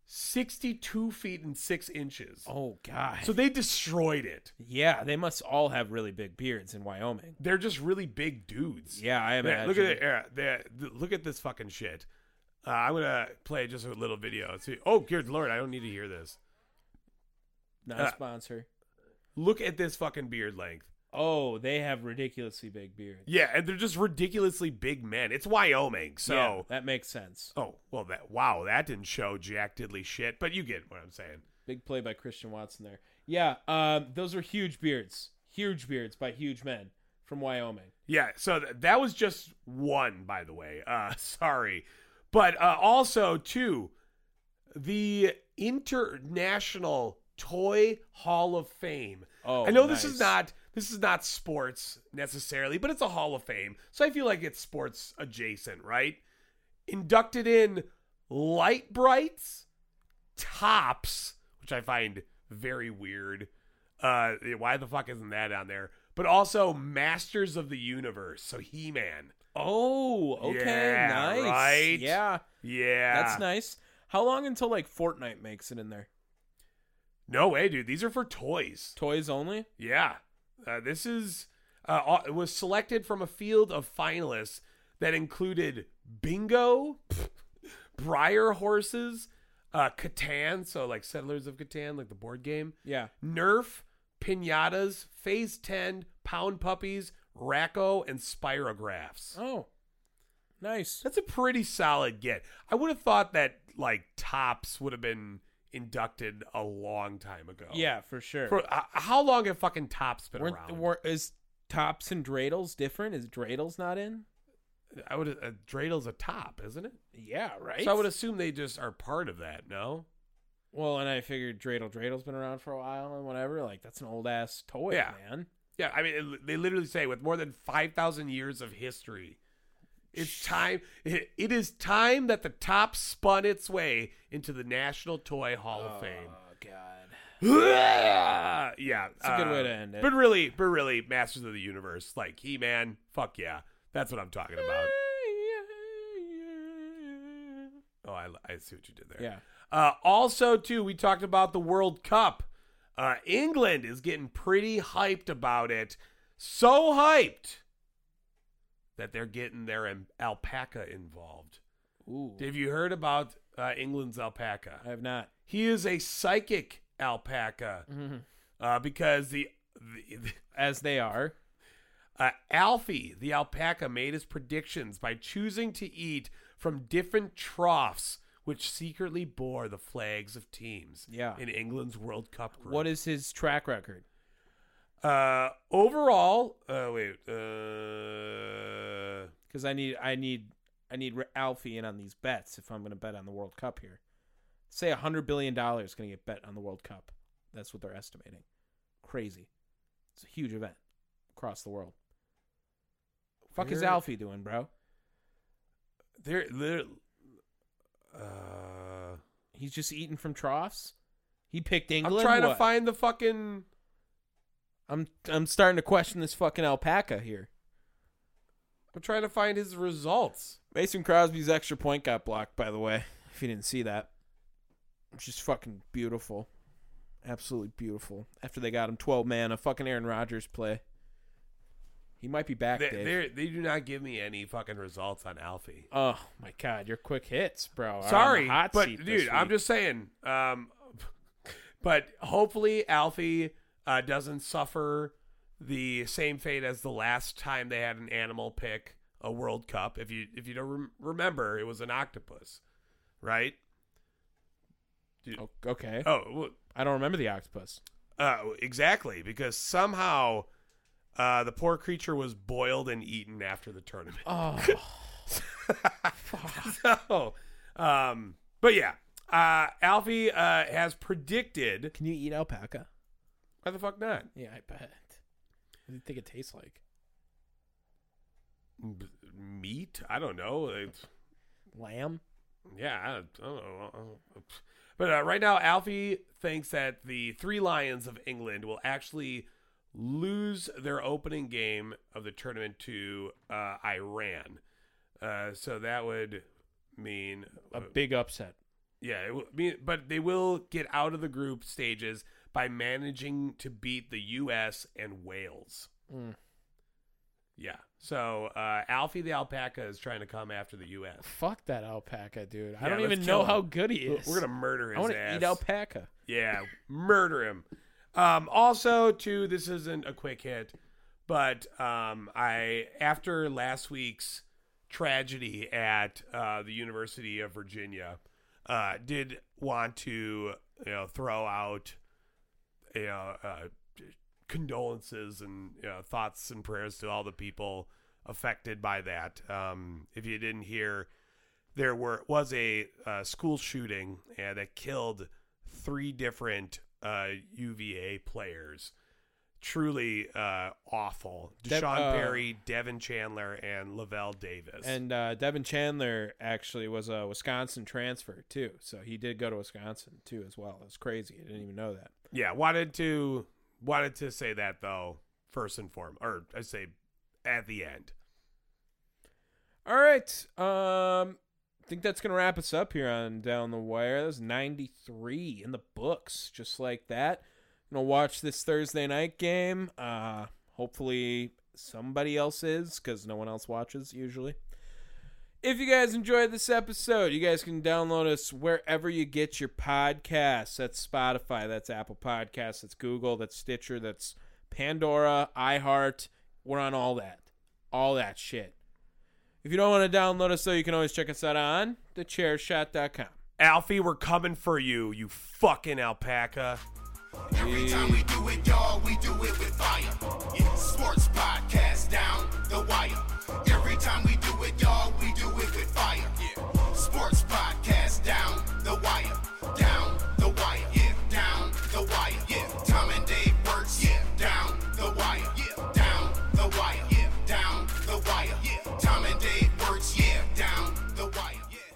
Speaker 1: 62 feet and six inches.
Speaker 3: oh god.
Speaker 1: So they destroyed it.
Speaker 3: yeah, they must all have really big beards in Wyoming.
Speaker 1: They're just really big dudes.
Speaker 3: Yeah, I
Speaker 1: Yeah,
Speaker 3: imagine.
Speaker 1: look at it. Yeah, the, the- look at this fucking shit. Uh, I'm gonna play just a little video. See, oh, good lord, I don't need to hear this.
Speaker 3: Not
Speaker 1: Uh,
Speaker 3: a sponsor.
Speaker 1: Look at this fucking beard length.
Speaker 3: Oh, they have ridiculously big beards.
Speaker 1: Yeah, and they're just ridiculously big men. It's Wyoming,
Speaker 3: Yeah,
Speaker 1: so
Speaker 3: that makes sense.
Speaker 1: oh well. That wow, that didn't show jack diddly shit, but you get what I'm saying.
Speaker 3: Big play by Christian Watson there. Yeah, um, those are huge beards. Huge beards by huge men from Wyoming.
Speaker 1: Yeah, so th- that was just one, by the way. Uh, sorry, but uh, also too, the International Toy Hall of Fame.
Speaker 3: Oh,
Speaker 1: I know this is
Speaker 3: nice.
Speaker 1: not this is not sports necessarily, but it's a Hall of Fame, so I feel like it's sports adjacent, right? Inducted in Light Brights, Tops, which I find very weird. Uh, why the fuck isn't that on there? But also Masters of the Universe, so He Man.
Speaker 3: Oh, okay,
Speaker 1: Yeah,
Speaker 3: nice.
Speaker 1: right?
Speaker 3: Yeah,
Speaker 1: Yeah,
Speaker 3: that's nice. How long until like Fortnite makes it in there?
Speaker 1: No way, dude. These are for toys.
Speaker 3: Toys only.
Speaker 1: Yeah. Uh, this is uh, au- it was selected from a field of finalists that included bingo, briar horses, uh, Catan, so like Settlers of Catan, like the board game,
Speaker 3: Yeah.
Speaker 1: Nerf, pinatas, Phase 10, Pound Puppies, Racco, and Spirographs.
Speaker 3: Oh, nice.
Speaker 1: That's a pretty solid get. I would have thought that like Tops would have been inducted a long time ago.
Speaker 3: Yeah, Oh. for sure.
Speaker 1: For, uh, how long have fucking Tops been
Speaker 3: Weren't-
Speaker 1: around?
Speaker 3: were- is tops and dreidels different? Is dreidels not in?
Speaker 1: I would uh, Dreidel's a top, isn't it?
Speaker 3: Yeah, right.
Speaker 1: So I would assume they just are part of that. No.
Speaker 3: Well, and I figured dreidel dreidel's been around for a while and whatever. Like that's an old ass toy,
Speaker 1: Yeah.
Speaker 3: man.
Speaker 1: Yeah, I mean, it, they literally say with more than five thousand years of history, it's time. It, it is time that the top spun its way into the National Toy Hall of Fame.
Speaker 3: Oh God.
Speaker 1: yeah, it's
Speaker 3: a good way to end it.
Speaker 1: But really, but really, Masters of the Universe, like He Man, fuck yeah, that's what I'm talking about. Oh, I, I see what you did there.
Speaker 3: Yeah.
Speaker 1: Uh, also, too, we talked about the World Cup. Uh, England is getting pretty hyped about it. So hyped that they're getting their um, alpaca involved.
Speaker 3: Ooh.
Speaker 1: Have you heard about uh, England's alpaca?
Speaker 3: I have not.
Speaker 1: He is a psychic alpaca uh, because the, the
Speaker 3: As they are.
Speaker 1: uh, Alfie, the alpaca, made his predictions by choosing to eat from different troughs, which secretly bore the flags of teams
Speaker 3: Yeah.
Speaker 1: in England's World Cup group.
Speaker 3: What is his track record?
Speaker 1: Uh, overall, uh, wait, uh,
Speaker 3: because I need I need I need Re- Alfie in on these bets if I'm going to bet on the World Cup here. Say a hundred billion dollars going to get bet on the World Cup. That's what they're estimating. Crazy. It's a huge event across the world. Fuck is
Speaker 1: Where-
Speaker 3: Alfie doing, bro?
Speaker 1: they're, they're, uh,
Speaker 3: He's just eating from troughs. He picked England.
Speaker 1: I'm trying to
Speaker 3: what?
Speaker 1: find the fucking.
Speaker 3: I'm I'm starting to question this fucking alpaca here.
Speaker 1: I'm trying to find his results.
Speaker 3: Mason Crosby's extra point got blocked, by the way, if you didn't see that. Which is fucking beautiful. Absolutely beautiful. After they got him 12 man, a fucking Aaron Rodgers play. He might be back,
Speaker 1: They,
Speaker 3: Dave.
Speaker 1: they're- they do not give me any fucking results on Alfie.
Speaker 3: Oh, my God. Your quick hits, bro. are on the
Speaker 1: Sorry,
Speaker 3: Oh, hot
Speaker 1: but
Speaker 3: seat
Speaker 1: dude,
Speaker 3: this
Speaker 1: I'm
Speaker 3: week.
Speaker 1: just saying. Um, but hopefully Alfie uh, doesn't suffer the same fate as the last time they had an animal pick a World Cup. If you if you don't rem- remember, it was an octopus, right?
Speaker 3: O- Okay.
Speaker 1: Oh, well,
Speaker 3: I don't remember the octopus.
Speaker 1: uh, exactly, because somehow uh, the poor creature was boiled and eaten after the tournament.
Speaker 3: Oh,
Speaker 1: so, um, but yeah, uh, Alfie uh, has predicted.
Speaker 3: can you eat alpaca?
Speaker 1: Why the fuck not?
Speaker 3: Yeah, I bet. What do you think it tastes like?
Speaker 1: b- meat. I don't know. It's,
Speaker 3: Lamb?
Speaker 1: yeah, I don't, I don't know. I don't- But uh, right now, Alfie thinks that the three Lions of England will actually lose their opening game of the tournament to uh, Iran. Uh, so that would mean uh,
Speaker 3: A big upset.
Speaker 1: yeah, it will mean, but they will get out of the group stages by managing to beat the U.S. and Wales.
Speaker 3: Mm.
Speaker 1: Yeah. So uh, Alfie the alpaca is trying to come after the U.S.
Speaker 3: Fuck that alpaca, dude. I
Speaker 1: Yeah,
Speaker 3: don't
Speaker 1: let's
Speaker 3: even
Speaker 1: kill
Speaker 3: know
Speaker 1: him.
Speaker 3: how good he is.
Speaker 1: We're gonna murder his
Speaker 3: I want to
Speaker 1: ass.
Speaker 3: eat alpaca.
Speaker 1: Yeah, murder him. Um, also, too, this isn't a quick hit, but um, I after last week's tragedy at uh, the University of Virginia, uh, did want to you know throw out you know uh, condolences and you know, thoughts and prayers to all the people affected by that. Um, if you didn't hear, there were was a uh, school shooting uh, that killed three different uh, UVA players. Truly uh, awful. Deshaun
Speaker 3: Dev- uh,
Speaker 1: Perry, Devin Chandler, and Lavelle Davis.
Speaker 3: And uh, Devin Chandler actually was a Wisconsin transfer too, so he did go to Wisconsin too as well. It's crazy. I didn't even know that.
Speaker 1: yeah, wanted to wanted to say that though first and foremost, or I say at the end.
Speaker 3: All right, um, I think that's gonna wrap us up here on Down the Wire. That was ninety three in the books, just like that. Gonna watch this Thursday night game. Uh, hopefully somebody else is, because no one else watches usually. If you guys enjoyed this episode, you guys can download us wherever you get your podcasts. That's Spotify, that's Apple Podcasts, that's Google, that's Stitcher, that's Pandora, iHeart. We're on all that. All that shit. If you don't want to download us, though, you can always check us out on thechairshot.com.
Speaker 1: Alfie, we're coming for you, you fucking alpaca.
Speaker 2: Every time we do it, y'all, we do it with fire. Yeah, sports podcast down the wire. Every time we do it, y'all, we do it with fire. Yeah, sports podcast down the wire, down the wire, yeah, down the wire, yeah. Tom and Dave works, yeah, down the wire, yeah, down the wire, yeah, down the wire, yeah. Tom and Dave works, yeah, down the wire, yeah.